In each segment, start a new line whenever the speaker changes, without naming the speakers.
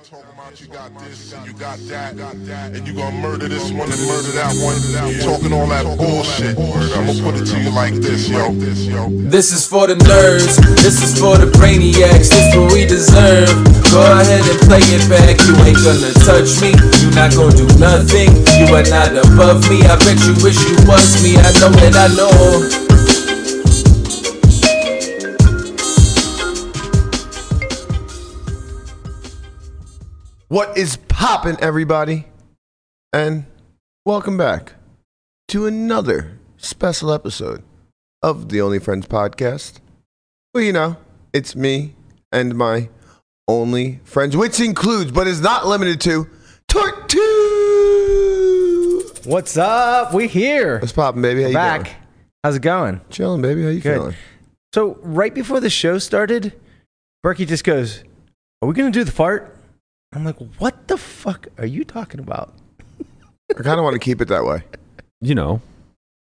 Talking about you got this and you got that, and you gonna murder this one and murder that one. Talking all that bullshit. I'ma put it to you like this, yo.
This is for the nerds, this is for the brainiacs, this what we deserve. Go ahead and play it back, you ain't gonna touch me, you not gonna do nothing, you are not above me. I bet you wish you was me, I know that I know.
What is poppin', everybody? And welcome back to another special episode of the Only Friends podcast. Well, you know, it's me and my only friends, which includes, but is not limited to, Tortu.
What's up? We here.
What's poppin', baby? How you
Back.
doing?
How's it going?
Chilling, baby. How you
Good.
feeling?
So right before the show started, Berkey just goes, "Are we gonna do the fart?" I'm like, "What the fuck are you talking about?"
I kind of want to keep it that way.
you know,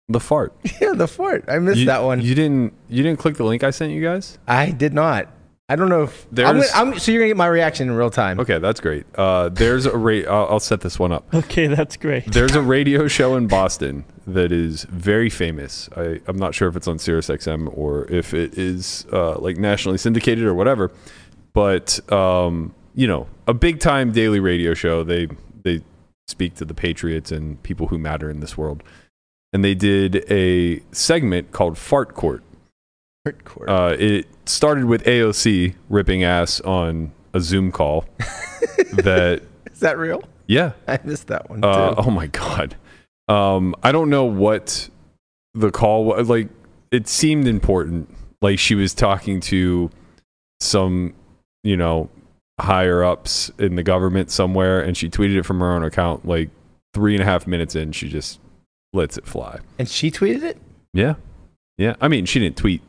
the fart.
yeah, the fart. I missed
you,
that one. Mm-hmm.
You didn't. You didn't click the link I sent you guys.
I did not. I don't know if I'm,
There's-
gonna- I'm- so. You're gonna get my reaction in real time.
Okay, that's great. Uh, there's a rate. I'll, I'll set this one up.
Okay, that's great.
There's a radio show in Boston that is very famous. I, I'm not sure if it's on Sirius XM or if it is uh, like nationally syndicated or whatever. But um, you know, a big time daily radio show. They they speak to the patriots and people who matter in this world. And they did a segment called Fart Court.
Fart court.
Uh, it started with AOC ripping ass on a Zoom call. that
Is that real?
yeah.
I missed that one too.
Uh, oh my god. Um, I don't know what the call was. Like it seemed important. Like she was talking to some, you know, higher ups in the government somewhere, and she tweeted it from her own account. Like three and a half minutes in, she just lets it fly.
and she tweeted it.
Yeah, yeah. I mean, she didn't tweet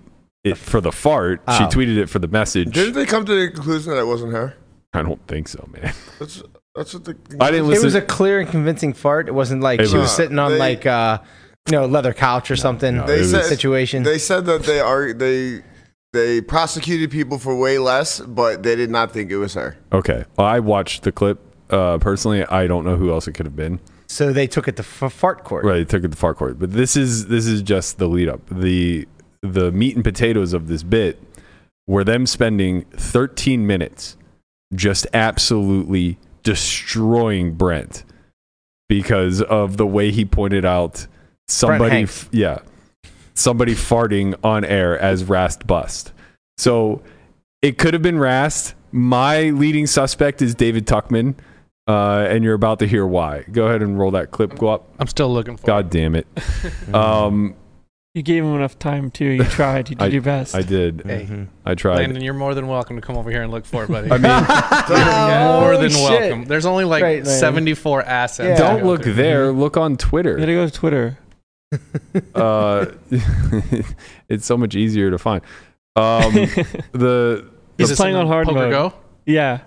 it for the fart. She
Oh.
tweeted it for the message.
Didn't they come to the conclusion that it wasn't her?
I don't think so, man.
That's that's what the.
I didn't listen.
it was a clear and convincing fart. It wasn't like
It
she was
was-
sitting on
They-
like uh, you know, leather couch or something
no, They it was- said-
situation.
They said that they are they they prosecuted people for way less, but they did not think it was her.
okay, I watched the clip. Uh, personally, I don't know who else it could have been.
so they took it to f- fart court.
Right, they took it to far court. But this is this is just the lead up. The the meat and potatoes of this bit were them spending 13 minutes just absolutely destroying Brent because of the way he pointed out somebody
Hanks.
f- yeah somebody farting on air as Rast Bust. So it could have been Rast. My leading suspect is David Tuckman, uh, and you're about to hear why. Go ahead and roll that clip. Go up.
I'm still looking for
God damn it. Um,
You gave him enough time too. You tried. You did your best.
I did.
Hey.
I
it.
tried.
Landon, you're more than welcome to come over here and look for it, buddy.
I mean,
You're
Oh,
more than
shit.
welcome. There's only like
Right, Landon.
74 assets.
Yeah.
to
don't
go
look
through.
there. Look on
You gotta
Twitter.
go to Twitter.
Oh,
Uh, it's so much easier to find. Um, the
He's
this
playing on hard
Poker
mode.
Go?
Yeah.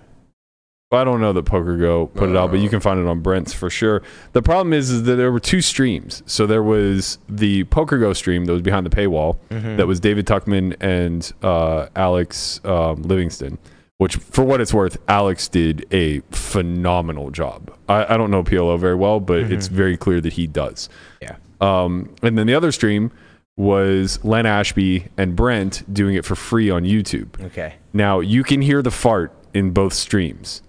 I don't know that Poker Go put it out, but you can find it on Brent's for sure. The problem is, is that there were two streams. So there was the Poker Go stream that was behind the paywall,
Mm-hmm.
that was David Tuckman and uh, Alex um, Livingston. Which, for what it's worth, Alex did a phenomenal job. I, I don't know PLO very well, but it's very clear that he does.
Yeah.
Um, and then the other stream was Len Ashby and Brent doing it for free on YouTube.
Okay.
Now you can hear the fart in both streams,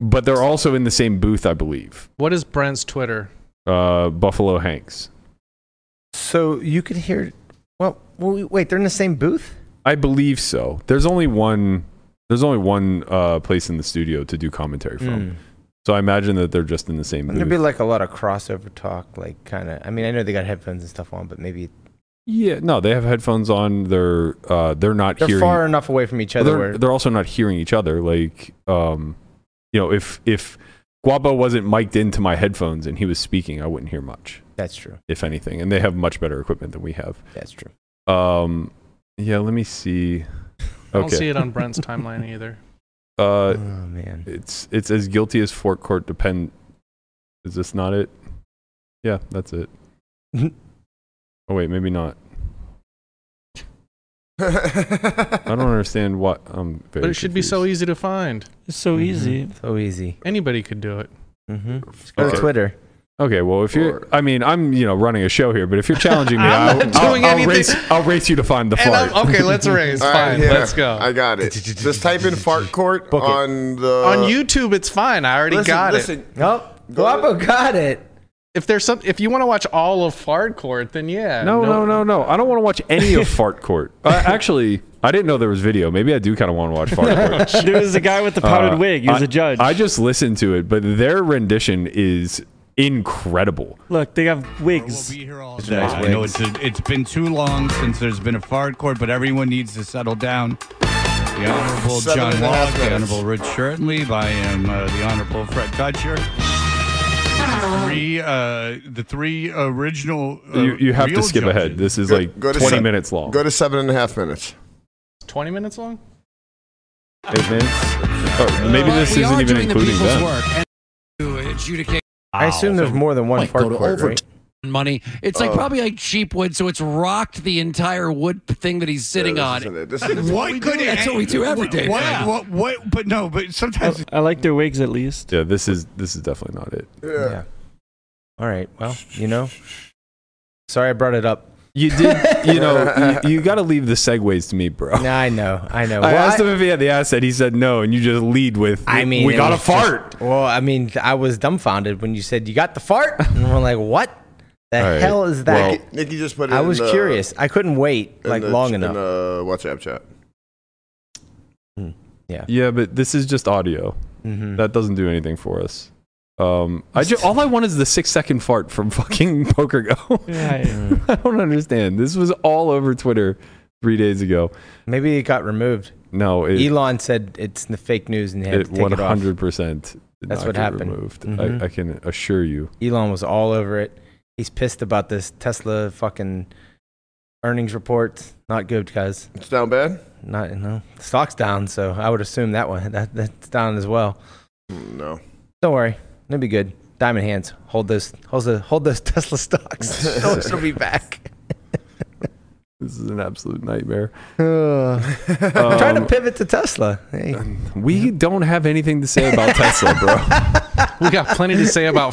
but they're also in the same booth, I believe.
What is Brent's Twitter?
Uh, Buffalo Hanks,
So you could hear. Well, well, wait. They're in the same booth.
I believe so. There's only one. There's only one uh, place in the studio to do commentary
Mm.
from, so I imagine that they're just in the same
There'd be
Mm. booth.
like a lot of crossover talk, like kind of. I mean, I know they got headphones and stuff on, but maybe
yeah, no, they have headphones on. They're uh, they're not
they're
hearing.
far enough away from each
Well,
other.
they're,
where,
they're also not hearing each other. Like, um, you know, if if Guapo wasn't mic'd into my headphones and he was speaking, I wouldn't hear much,
that's true.
if anything. And they have much better equipment than we have.
That's true.
Um, yeah, let me see.
I don't see
Okay,
it on Brent's timeline either.
uh,
oh man.
it's it's as guilty as Fort Court depend. Is this not it? Yeah, that's it. oh wait, maybe not. I don't understand what. I'm very
But it should be so e-
confused.
easy to find.
It's
Mm-hmm.
so easy.
Mm-hmm. So easy.
Anybody could do it.
Mm-hmm. Go
Okay.
to Twitter.
Okay, well, if you're, I mean, I'm, you know, running a show here, but if you're challenging me,
I'm
I'll,
not
I'll-
doing
I'll
anything.
race, I'll race you to find the
And
fart.
I'm- okay, let's raise.
All right,
fine,
here.
let's go.
I got it. Just type in fart court
Book it.
on the
On YouTube, it's fine. I already
Listen,
got it.
listen.
Oh, Guapo got it.
If there's some, if you want to watch all of Fart Court, then yeah.
No, no, no, no. I don't want to watch any of Fart Court. Uh, actually, I didn't know there was video. Maybe I do kind of want to watch Fart Court.
There was a guy with the powdered
Uh,
wig. He was
I-
a judge.
I just listened to it, but their rendition is incredible.
Look, they have wigs.
We'll be here all
nice
night. I know
wigs.
it's, it's been too long since there's been a fart court, but everyone needs to settle down. The Honorable
Seven
John
and a
Wallach,
half
the
minutes.
Honorable Rich Shirtleaf, I am uh, the Honorable Fred Kutcher. Three, uh, the three original. Uh,
You, you have to
real
skip ahead.
judges.
This is
Go-
like
go to
20
se-
minutes long.
Go to seven and a half minutes.
Twenty minutes long.
Eight minutes? Oh, maybe
But
this
we
isn't
are
even
doing
including
the people's
them.
work and to adjudicate
I assume there's more than one
Like,
fart
go to
court,
over-
right?
money. It's like
Oh.
probably like cheap wood, so it's rocked the entire wood thing that he's sitting
Yeah,
on.
this isn't it. This is-
What could it?
That's what we do every day.
What,
Yeah.
what, what, but no, but sometimes.
I like their wigs at least.
Yeah, this is this is definitely not it.
yeah.
All right. Well, you know. Sorry I brought it up.
You did, you know, you, you got to leave the segues to me, bro.
Nah, I know. I know.
I
Well,
asked him if he had the asset. He said no, and you just lead with,
I mean,
we
it
got a
was just-
fart.
Well, I mean, I was dumbfounded when you said you got the fart, and we're like, "What the
All right. uh,
hell is that?"
Nikki, Nikki just put it
I
in
was
the-
curious. I couldn't wait
in
like
the-
long
in
enough.
the WhatsApp chat.
Yeah, but this is just audio.
Mhm.
That doesn't do anything for us. Um, I ju- all I want is the six second fart from fucking Poker Go.
Yeah.
Mm.
I don't understand. This was all over Twitter three days ago.
Maybe it got removed.
No, it,
Elon said it's the fake news, and they had
it
to take it off.
100% did
That's
not get
what happened.
Removed.
Mhm.
I, I can assure you.
Elon was all over it. He's pissed about this Tesla fucking earnings report. Not good, cuz.
It's down bad?
Not you know, stock's down, so I would assume that one that that's down as well.
Mm, No.
Don't worry, it'll be good. Diamond hands, hold those, hold those, hold those Tesla stocks. It'll it'll be back.
This is an absolute nightmare.
I'm trying
Uh,
to
Um,
pivot to Tesla. Hey,
We don't have anything to say about Tesla, bro.
We got plenty to say about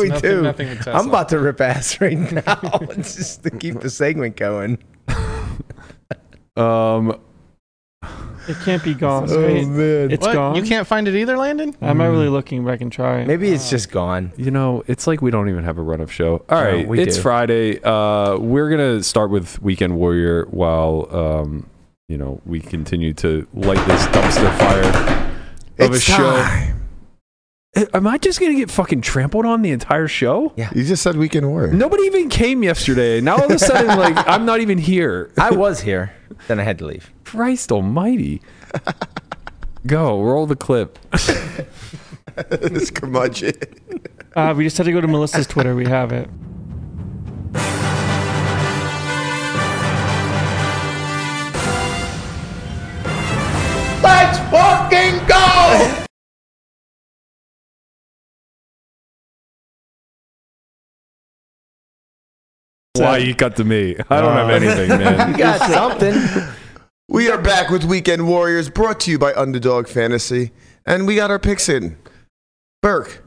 we
nothing,
do.
nothing with Tesla.
I'm about to rip ass right now just to keep the segment going.
Um,
It can't be
Oh,
gone. right?
man,
It's
What?
gone.
You can't find it either, Landon.
I'm
Mm.
not really looking, but I can try.
maybe it's just gone.
you know, it's like we don't even have a run of show. All
No,
right,
we
it's
do.
Friday. Uh, we're gonna start with Weekend Warrior while um, you know, we continue to light this dumpster fire of a
It's
show. Eh, Am I just gonna get fucking trampled on the entire show?
You just said we can work.
Nobody even came yesterday. Now all of a sudden, like I'm not even here.
I was here, then I had to leave.
Christ Almighty! Go roll the clip.
this curmudgeon.
Uh, we just had to go to Melissa's Twitter. We have it.
Let's fucking go!
Why you cut to me? I don't have anything, man.
You got something.
We are back with Weekend Warriors, brought to you by Underdog Fantasy, and we got our picks in. Burke,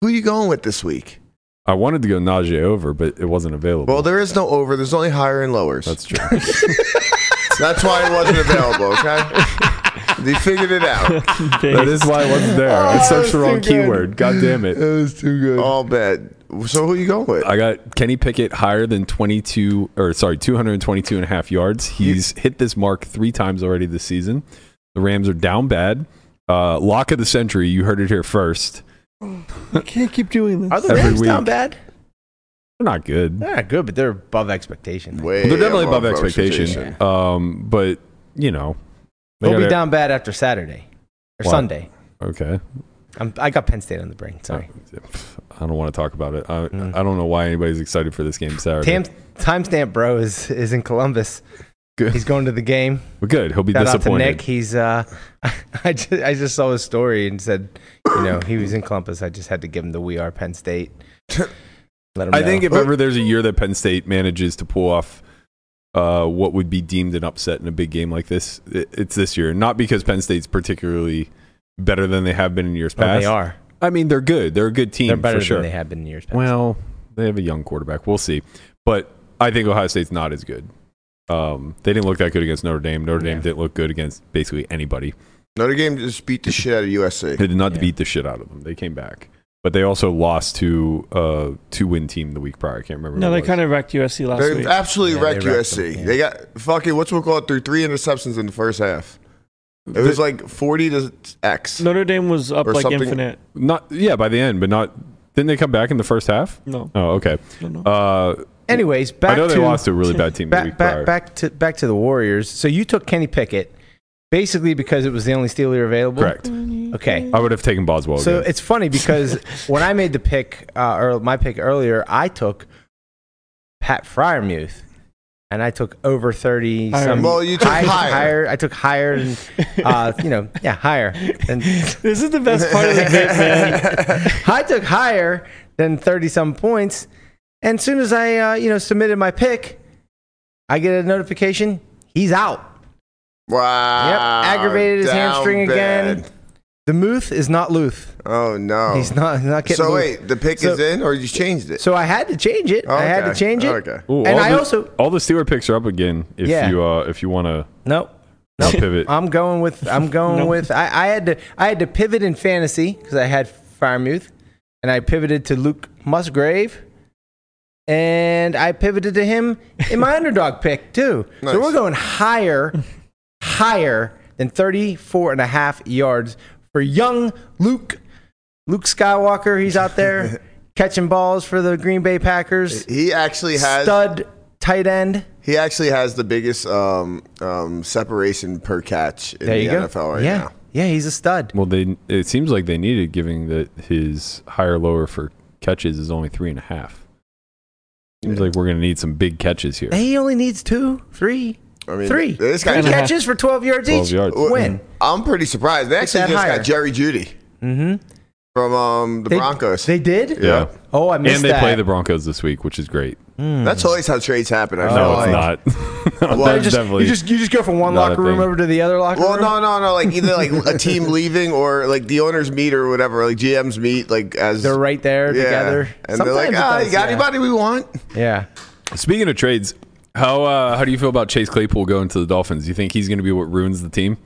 who you going with this week?
I wanted to go Najee over, but it wasn't available.
Well, there is no over. There's only higher and lowers.
That's true.
That's why it wasn't available. Okay, they figured it out.
that is why it wasn't there. I searched the wrong keyword. God damn it.
was too good. All bad. So who you going with?
I got Kenny Pickett higher than 22 or sorry, 222 and a half yards. He's hit this mark 3 times already this season. The Rams are down bad. Uh, lock of the century, you heard it here first.
can't keep doing this.
Are the
Every
Rams down
week.
bad?
They're not good.
They're not good, but they're above expectation.
Way
They're definitely above
rotation.
expectation. Um, but you know, they
They'll be
gotta-
down bad after Saturday or
Wow.
Sunday.
Okay.
I'm, I got Penn State on the brain. Sorry.
Oh, I don't want to talk about it. I,
Mm.
I don't know why anybody's excited for this game Saturday.
Tam, timestamp bro is, is in Columbus.
Good.
He's going to the game.
Well, good. He'll be
Shout out to
disappointed.
Nick. He's uh, I just, I just saw his story and said, you know, he was in Columbus. I just had to give him the we are Penn State. Let him.
I
know.
think if ever there's a year that Penn State manages to pull off uh, what would be deemed an upset in a big game like this. It, it's this year, not because Penn State's particularly better than they have been in years
Oh,
past.
they are.
I mean, they're good. They're a good team
They're better
for sure.
than they have been in years past.
Well, they have a young quarterback. We'll see. But I think Ohio State's not as good. Um, they didn't look that good against Notre Dame. Notre Dame didn't look good against basically anybody.
Notre Dame just beat the shit out of USC.
They did not
Yeah.
beat the shit out of them. They came back, but they also lost to a two-win team the week prior. I can't remember.
No,
who
they
it
kind of wrecked USC last
They
week.
absolutely
Yeah, they
wrecked
wrecked
USC.
them, yeah.
They got fucking what's we call it through three interceptions in the first half. It was like forty to X.
Notre Dame was up
Or
like
something-
infinite.
was. not yeah by the end, but not. Didn't they come back in the first half?
No,
Oh, okay.
no, no.
Uh,
Anyways, back
I know
to
they lost to a really bad team the
back
week
back
prior.
back to back to the Warriors. So you took Kenny Pickett basically because it was the only Steeler available.
Correct.
Okay.
I would have taken Boswell.
So
again.
it's funny because when I made the pick uh, or my pick earlier, I took Pat Fryermuth, and I took over thirty.
Higher.
Some,
Well, you took
I
higher.
I took higher, and uh, you know, yeah, higher. And
this is the best part of the bit, man.
I took higher than thirty some points, and as soon as I uh, you know submitted my pick, I get a notification he's out.
Wow.
Yep, aggravated his
Ah, down
hamstring
bad.
again. The Muth is not Luth.
Oh no.
He's not he's not getting.
so
Muth.
wait, the pick
So-
is in, or you changed it?
So I had to change it.
Oh,
I had to
okay.
change it.
Okay.
Ooh,
and
all
I
the-
also
all the Steeler picks are up again. If
Yeah.
you uh, if you want to
nope.
pivot,
I'm going with I'm going
Nope.
with I, I had to I had to pivot in fantasy because I had Firemouth, and I pivoted to Luke Musgrave, and I pivoted to him in my underdog pick too.
Nice.
So we're going higher, higher than 34 and a half yards for young Luke. Luke Skywalker, he's out there catching balls for the Green Bay Packers.
he actually has
Stud tight end.
he actually has the biggest um, um, separation per catch in
There
the
you go.
NFL right
yeah.
now.
Yeah, he's a stud.
well, they it seems like they needed, giving that his higher lower for catches is only three and a half. Seems like we're gonna need some big catches here.
He only needs two, three,
I mean,
three.
This
Three
guy,
Kinda-
catches for 12 yards
12
each.
yards.
Win.
I'm pretty surprised. They
It's that
actually just
higher.
got Jerry Judy
Mm-hmm.
from um, the Broncos.
They did?
yeah.
Oh, I missed
And they
that.
play the Broncos this week, which is great.
Hmm.
That's always how trades happen. I feel
No,
like.
it's not. No,
Well,
that's
Oh, You just,
definitely.
you just you just go from one
not a
locker room
thing.
over to the other locker
Well,
room.
no, no, no. Like either like a team leaving or like the owners meet or whatever. Like GMs meet like as
They're right there
yeah.
together.
and they're like,
Sometimes it
ah, you
does,
got
yeah.
anybody we want?
Yeah.
Speaking of trades, how uh, how do you feel about Chase Claypool going to the Dolphins? You think he's gonna be what ruins the team?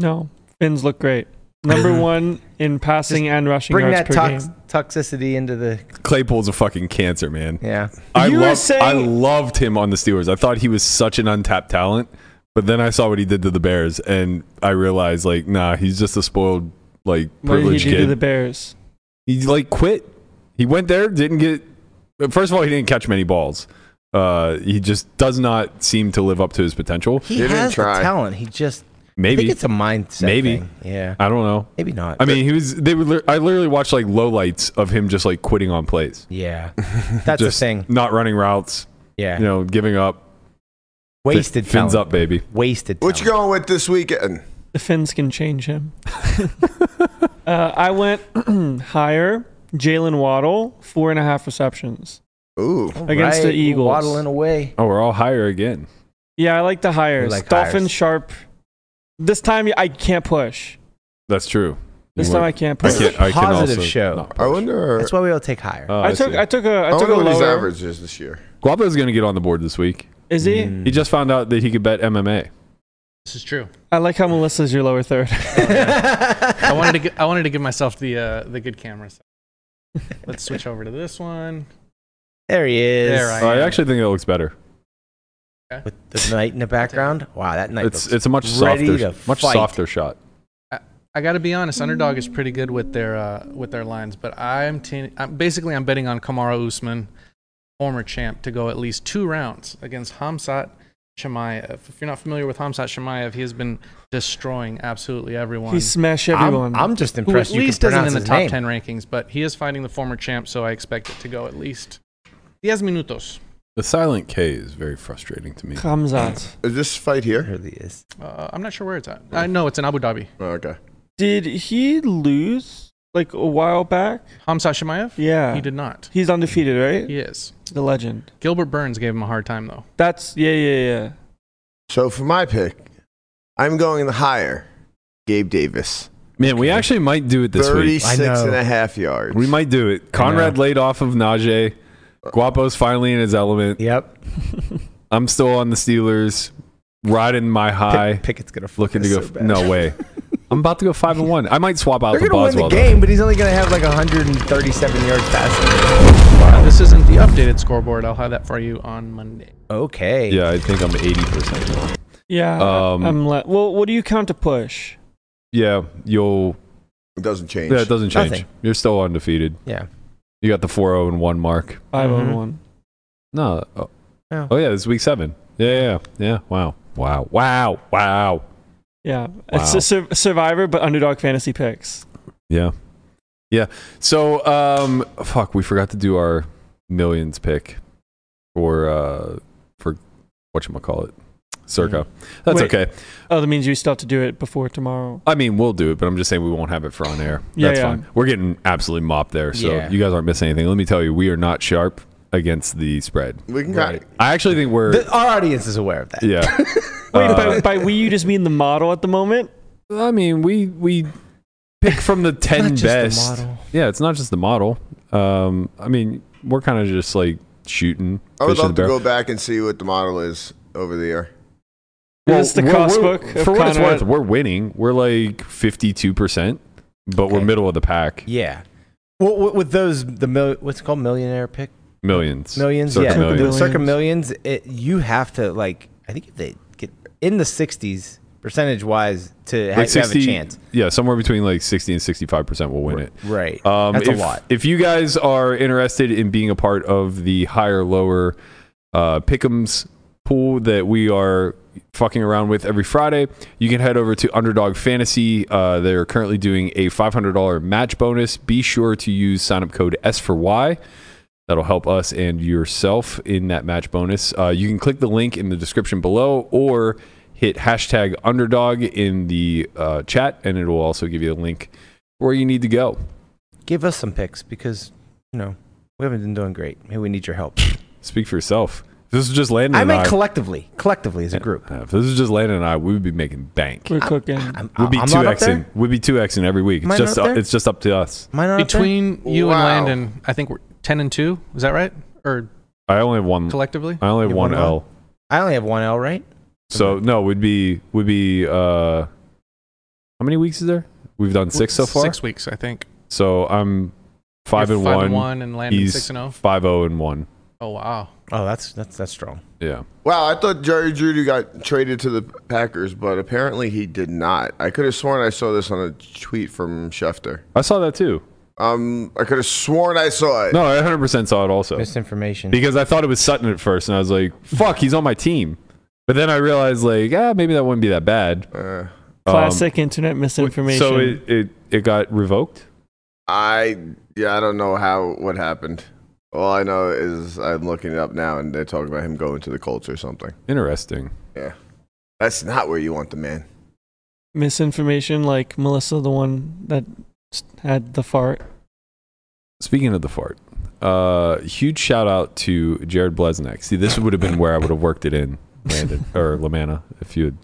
No, Finns look great. Number one in passing and rushing
Bring
yards
that
per
tox-
game.
toxicity into the.
Claypool's a fucking cancer, man.
Yeah.
I
You were
loved,
saying-
I loved him on the Steelers. I thought he was such an untapped talent, but then I saw what he did to the Bears, and I realized like, nah, he's just a spoiled, like
What did he
privileged
do to
kid.
the Bears?
he like quit. He went there, didn't get. but First of all, he didn't catch many balls. Uh, he just does not seem to live up to his potential.
He
Didn't
has
try.
the talent. He just. I
Maybe
think it's a mindset.
Maybe.
thing. Yeah.
I don't know.
Maybe not.
I mean, he was. They were. li- I literally watched like lowlights of him just like quitting on plays.
yeah. That's the
just
thing.
Not running routes.
Yeah.
You know, giving up.
Wasted
fins
talent.
up, baby.
Wasted.
What you
talent.
going with this weekend?
The Finns can change him. uh, I went higher. Jalen Waddle, four and a half receptions.
Ooh,
against the
Right,
Eagles.
Waddling away.
Oh, we're all higher again.
Yeah, I like the hires.
like
Dolphin
hires.
Sharp. This time I can't push.
That's true.
This
You
time
were-
I can't
I
push.
This is
can,
a
I can
positive
also
show.
not
I
push.
wonder.
That's why we all take higher.
Oh,
I took
see.
I took a I
I
took a
wonder what his
lower.
average is this year.
Guapo's going to get on the board this week.
Is he?
Mm. Mm-hmm.
He just found out that he could bet MMA.
This is true.
I like how Melissa's your lower third.
I wanted to. gi- I wanted to give myself the uh, the good camera. So let's switch over to this one.
There he is. Uh,
There I
Oh, I
am.
actually think that looks better.
With the night in the background. Wow, that night.
It's
looks-
it's a much
ready
softer
to
much
fight.
softer shot.
I got to be honest. Underdog is pretty good with their uh, with their lines, but I'm, ten- I'm basically I'm betting on Kamara Usman, former champ, to go at least two rounds against Hamsat Shemaev. If you're not familiar with Hamsat Shemaev, he has been destroying absolutely everyone.
he smash
I'm-
everyone.
I'm, just
who
impressed.
at
you
least
can
isn't
pronounce
in the
his
top
name.
ten rankings, but he is fighting the former champ, so I expect it to go at least 10 minutos.
The silent K is very frustrating to me.
Hamzat.
Is this fight here?
Really is.
Uh, I'm not sure where it's at. I know it's in Abu Dhabi.
Oh, okay.
Did he lose like a while back?
Hamsat Shemaev?
Yeah.
He did not.
He's undefeated, right?
He is.
The legend.
Gilbert Burns gave him a hard time though.
That's yeah, yeah, yeah.
So for my pick, I'm going the higher. Gabe Davis.
Man, we actually might do it this week.
36
I know.
and a half yards.
We might do it. Conrad laid off of Najee. Guapo's finally in his element.
Yep.
I'm still on the Steelers, riding my high,
Pick, Pickett's gonna fuck
looking to
us
go.
so bad.
no way. I'm about to go five and one. I might swap out
They're
the
gonna win
Boswell.
the game, but he's only gonna have like 137 yards passing.
Now, this isn't the updated scoreboard. I'll have that for you on Monday.
Okay.
Yeah, I think I'm 80 percent.
Yeah.
Um,
I'm le- well, what do you count to push?
Yeah, you'll.
It doesn't change.
Yeah, it doesn't change.
Nothing.
You're still undefeated.
Yeah.
You got the 4-0 and one mark.
5
Mhm.
on one.
No. Oh,
Yeah.
oh yeah, this is week seven. Yeah, yeah, yeah. Wow, wow, wow, wow.
Yeah. It's
Wow.
a sur- survivor, but underdog fantasy picks.
Yeah. Yeah. So um fuck, we forgot to do our millions pick for uh for whatchamacallit. Circa. That's
Wait.
okay.
Oh, that means you still have to do it before tomorrow.
I mean we'll do it, but I'm just saying we won't have it for on air.
Yeah,
That's
yeah.
fine. We're getting absolutely mopped there. So
Yeah.
you guys aren't missing anything. Let me tell you, we are not sharp against the spread.
We can
Right.
I actually think we're
The- our audience is aware of that.
Yeah.
Wait,
Uh,
by, by we you just mean the model at the moment?
I mean, we we pick from the ten
just the
best.
model.
Yeah, it's not just the model. Um, I mean, we're kind of just like shooting.
I would
fish in
love
the
to
barrel.
go back and see what the model is over the year.
Well,
Is this the
we're-
cost
we're-
book
For
of
what it's
Conrad?
worth, we're winning. We're like fifty-two percent, but we're
Okay.
middle of the pack.
Yeah. Well, w- with those, the mil- what's it called millionaire pick
Millions,
millions,
Circa
yeah,
millions.
The circa millions. It, you have to like, I think if they get in the 60s percentage wise to, ha-
Like
to have
sixty.
a chance,
Yeah, somewhere between like sixty and sixty-five percent will win it.
right?
Um,
That's
if,
a lot.
If you guys are interested in being a part of the higher lower uh, pick'ems pool that we are fucking around with every Friday, you can head over to Underdog Fantasy. Uh, they're currently doing a $500 match bonus. Be sure to use sign up code S for Y. That'll help us and yourself in that match bonus. Uh, you can click the link in the description below or hit hashtag underdog in the uh, chat, and it will also give you a link where you need to go.
Give us some picks because you know we haven't been doing great. Maybe we need your help.
Speak for yourself. If this is just Landon
I
and
mean,
I.
collectively, collectively as a group,
Yeah, if this is just Landon and I, we would be making bank.
We're cooking.
I'm,
We'd be
I'm
two
not up
xing.
there.
We'd be two xing every week.
Am
It's
I
just
not
up,
there?
it's just up to us.
Am I not up there?
Between you
Wow.
and Landon, I think we're ten and two. Is that right? Or
I only have one.
collectively?
I only have
You
one
want
L.
I only have one L, right?
So no, we'd be would be. uh How many weeks is there? We've done six so far.
Six weeks, I think.
So I'm five
You're
and
five
one.
and one, and Landon
He's
six and zero.
five zero and one.
Oh wow.
Oh, that's that's that's strong.
Yeah.
Wow, I thought Jerry Judy got traded to the Packers, but apparently he did not. I could have sworn I saw this on a tweet from Schefter.
I saw that too.
Um, I could have sworn I saw it.
No, I 100% saw it also.
Misinformation.
because I thought it was Sutton at first, and I was like, "Fuck, he's on my team." But then I realized, like, ah, maybe that wouldn't be that bad.
Uh,
Um,
Classic internet
w-
misinformation.
So it, it it got revoked.
I yeah, I don't know how what happened. All I know is I'm looking it up now, and they're talking about him going to the Colts or something.
Interesting.
That's not where you want the man.
misinformation like Melissa, the one that s- had the fart.
Speaking of the fart, uh, huge shout out to Jared Blesnick. See, this would have been where I would have worked it in, Landon or Lamanna, if you had,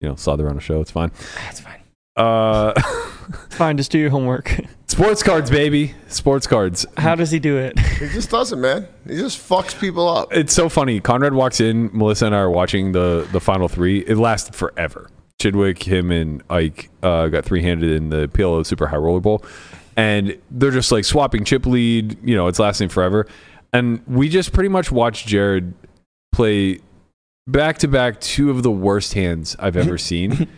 you know, saw the on a show. It's fine.
that's fine.
Uh,
Fine, just do your homework.
sports cards, baby. Sports cards.
How does he do it?
He just doesn't, man. He just fucks people up.
It's so funny. Conrad walks in. Melissa and I are watching the the final three. It lasted forever. Chidwick, him, and Ike uh, got three handed in the PLO Super High Roller Bowl, and they're just like swapping chip lead. You know, it's lasting forever, and we just pretty much watched Jared play back to back two of the worst hands I've ever seen.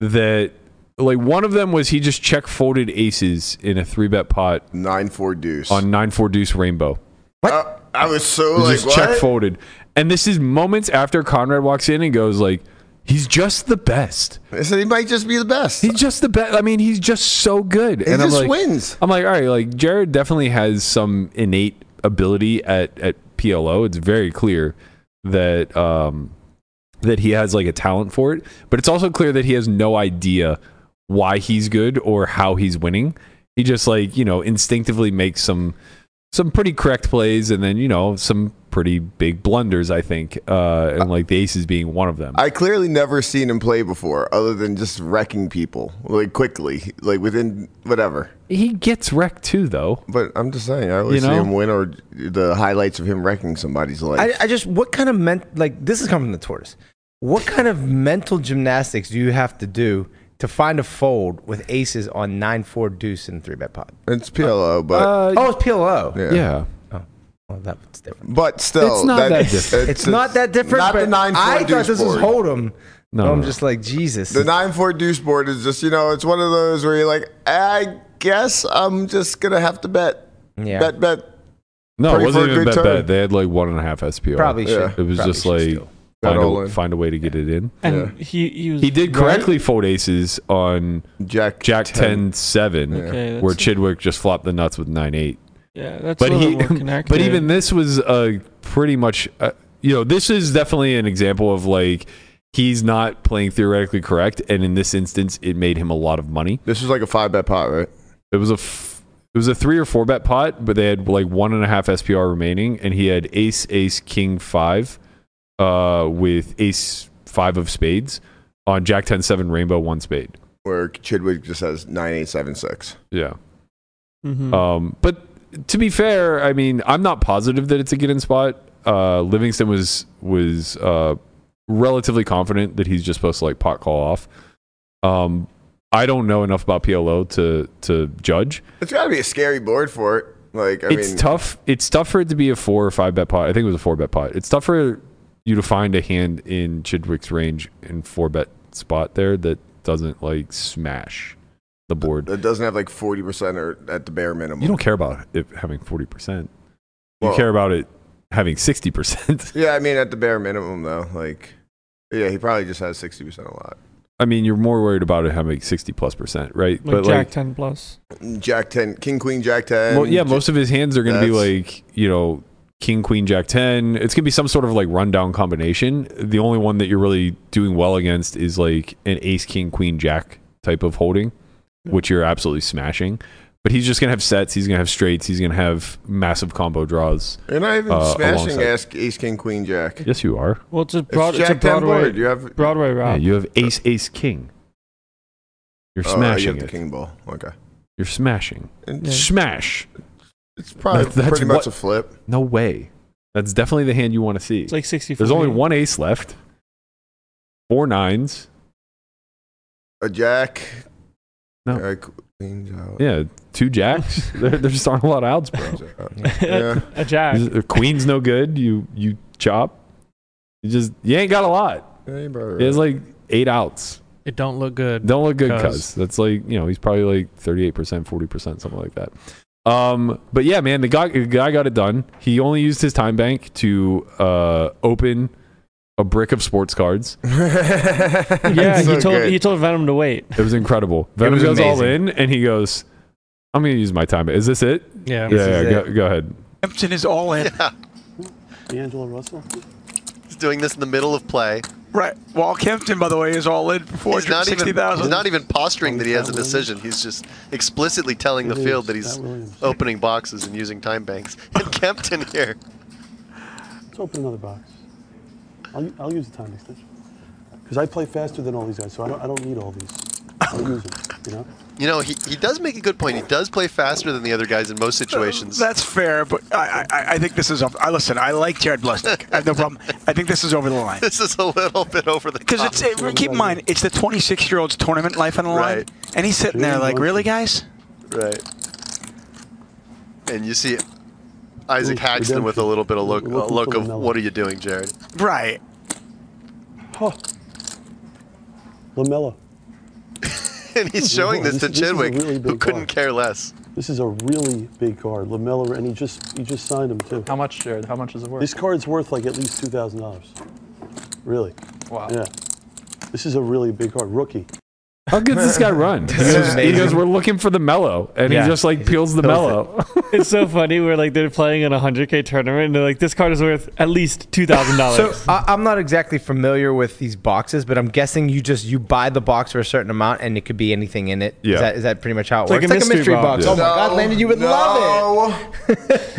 that like one of them was he just check folded aces in a three bet pot
Nine four deuce.
on nine four deuce rainbow.
Uh, I was so
It was
like,
just
what?
check folded. And this is moments after Conrad walks in and goes like, "He's just the best.
I said he might just be the best.
He's just the best. I mean, he's just so good."
He
and
just
I'm like,
wins.
I'm like, all right, like Jared definitely has some innate ability at at PLO. It's very clear that um that he has like a talent for it, but it's also clear that he has no idea why he's good or how he's winning. He just like, you know, instinctively makes some some pretty correct plays and then, you know, some pretty big blunders, I think, uh, and like the aces being one of them.
I clearly never seen him play before, other than just wrecking people like quickly, like within whatever.
he gets wrecked too, though.
But I'm just saying, I always
You
see
know?
him win or the highlights of him wrecking somebody's life.
I, I just what kind of ment like this is coming from the tortoise. What kind of mental gymnastics do you have to do to find a fold with aces on nine four deuce and three bet pot?
it's PLO, but
Uh,
Oh, it's PLO.
yeah.
yeah.
Well, that's different.
but still,
It's not that different.
It's, not that different.
uh, Not the
but
nine four
I thought
deuce
this was
board.
hold'em.
No,
No, I'm
no.
just like Jesus.
The nine four deuce board is just you know it's one of those where you're like I guess I'm just gonna have to bet
yeah,
bet bet.
No, it
Pretty for
wasn't
a
even
good
bet
turn.
bet. They had like one and a half SPR.
probably
Yeah.
should.
It was
probably
just
should
like
still.
Got
find
all
a,
in.
find a way to get it in.
And he he was
He did
right.
correctly fold aces on
Jack
Jack 10 7,
Okay, that's-
where Chidwick just flopped the nuts with 9 8.
Yeah, that's
But
a little
he,
more connected.
but even this was uh, pretty much, uh, you know, this is definitely an example of like he's not playing theoretically correct, and in this instance, it made him a lot of money.
This was like a five bet pot, right?
It was a f- it was a three or four bet pot, but they had like one and a half SPR remaining, and he had ace ace king five, uh, with ace five of spades on jack ten seven rainbow one spade.
Where Chidwick just has nine eight seven six.
Yeah.
Mm-hmm.
Mhm.
Um, but to be fair, I mean, I'm not positive that it's a get in spot. Uh, Livingston was was uh, relatively confident that he's just supposed to like pot call off. Um, I don't know enough about PLO to to judge.
It's got to be a scary board for it. Like I
it's
mean,
tough. It's tough for it to be a four or five bet pot. I think it was a four bet pot. It's tough for you to find a hand in Chidwick's range in four bet spot there that doesn't like smash the board.
It doesn't have like forty percent or at the bare minimum.
You don't care about it having forty percent. You
Well-
care about it having sixty percent.
Yeah, I mean at the bare minimum though. Like, yeah, he probably just has sixty percent a lot.
I mean, you're more worried about it having sixty plus percent, right?
like Jack ten plus.
Jack ten, King Queen Jack ten.
well, yeah, most of his hands are going to be
That's-
like you know King Queen Jack ten. It's going to be some sort of like rundown combination. The only one that you're really doing well against is like an Ace King Queen Jack type of holding, which you're absolutely smashing. But he's just going to have sets. He's going to have straights. He's going to have massive combo draws.
You're not even
uh,
smashing
alongside.
ass, Ace King Queen Jack. It's
Yes, you are.
Well, it's a broad, it's, a
Jack ten
Broadway
board. You have
Broadway
Yeah,
route.
you have Ace Ace King. You're
oh, you have
smashing
the
it.
King ball. Okay,
You're smashing.
And
Smash.
it's probably
That's- that's
pretty
what-
much a flip.
No way. That's definitely the hand you want to see.
it's like sixty.
There's only one ace left. Four nines.
A Jack.
No.
Uh, queen's out.
Yeah, two jacks. there, there just aren't a lot of outs, bro.
Queen's out. yeah.
a jack.
Is- Queen's no good. You you chop. You just you ain't got a lot.
Yeah, you brought it
It's
up.
like eight outs.
It don't look good.
Don't look good, cuz
Cuz.
that's like you know he's probably like thirty eight percent, forty percent, something like that. Um, but yeah, man, the guy the guy got it done. He only used his time bank to uh open a brick of sports cards.
Yeah,
It's so
he told
good.
he told Venom to wait.
It was incredible. Venom
was
goes all in,
amazing.
and he goes, "I'm gonna use my time. Is this it?
Yeah.
yeah, yeah go, go ahead.
Hampton is all in.
Yeah.
D'Angelo Russell.
He's doing this in the middle of play.
Right. Walt Kempton, by the way, is all in for
He's not even he's
460,000.
not even posturing that he has a decision. He's just explicitly telling the
It is
field that he's
Pat Williams.
opening boxes and using time banks. And Kempton here.
Let's open another box. I'll, I'll use the time extension. Because I play faster than all these guys, so I don't, I don't need all these. I'll use them, you know?
You know, he, he does make a good point. He does play faster than the other guys in most situations.
That's fair, but I, I, I think this is. Off. I listen. I like Jared Blusnick. I have no problem. I think this is over the line.
this is a little bit over the top.
Because it's it, keep in mind, it's the 26 year old's tournament life on the line,
Right.
and he's sitting there like, really, guys?
Right. And you see Isaac
Ooh,
Haxton with a
redemption.
little bit of look,
We're looking
uh, look
for
of
another.
what are you doing, Jared?
Right.
Huh.
Lamella.
And he's showing this to
This is- this is a
Chidwick,
really
who
big
couldn't
bar.
care less.
This is a really big card. Lamella, and he just he just signed him, too.
How much, Jared? How much is it worth?
This card's worth like at least $2,000. Really.
wow.
Yeah. This is a really big card. Rookie.
How good does this guy run? He
This is
goes, he
amazing.
goes, we're looking for the mellow. And
Yeah.
he just like peels the
Pills
mellow.
it's so funny. We're like they're playing in a hundred k tournament, and they're like, this card is worth at least two thousand
So
dollars.
I, I'm not exactly familiar with these boxes, but I'm guessing you just you buy the box for a certain amount, and it could be anything in it. Is
Yeah.
that, is that pretty much how it
It's
works?
like a mystery box.
Oh my God, Landon, you would love
it.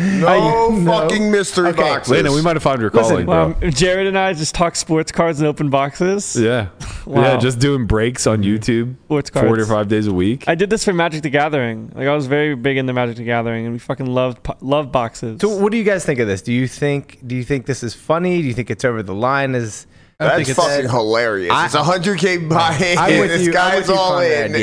no fucking mystery boxes.
Landon, we might have found your calling, bro.
um, Jared and I just talk sports cards and open boxes.
yeah. Yeah,
Wow.
just doing breaks on YouTube
Sports
four to
cards.
five days a week.
I did this for Magic the Gathering. Like I was very big into Magic the Gathering, and we fucking loved po- love boxes.
So what do you guys think of this? Do you think do you think this is funny? Do you think it's over the line? Is
I don't That's think it's- fucking hilarious. It's 100K buy in. This guy's all in.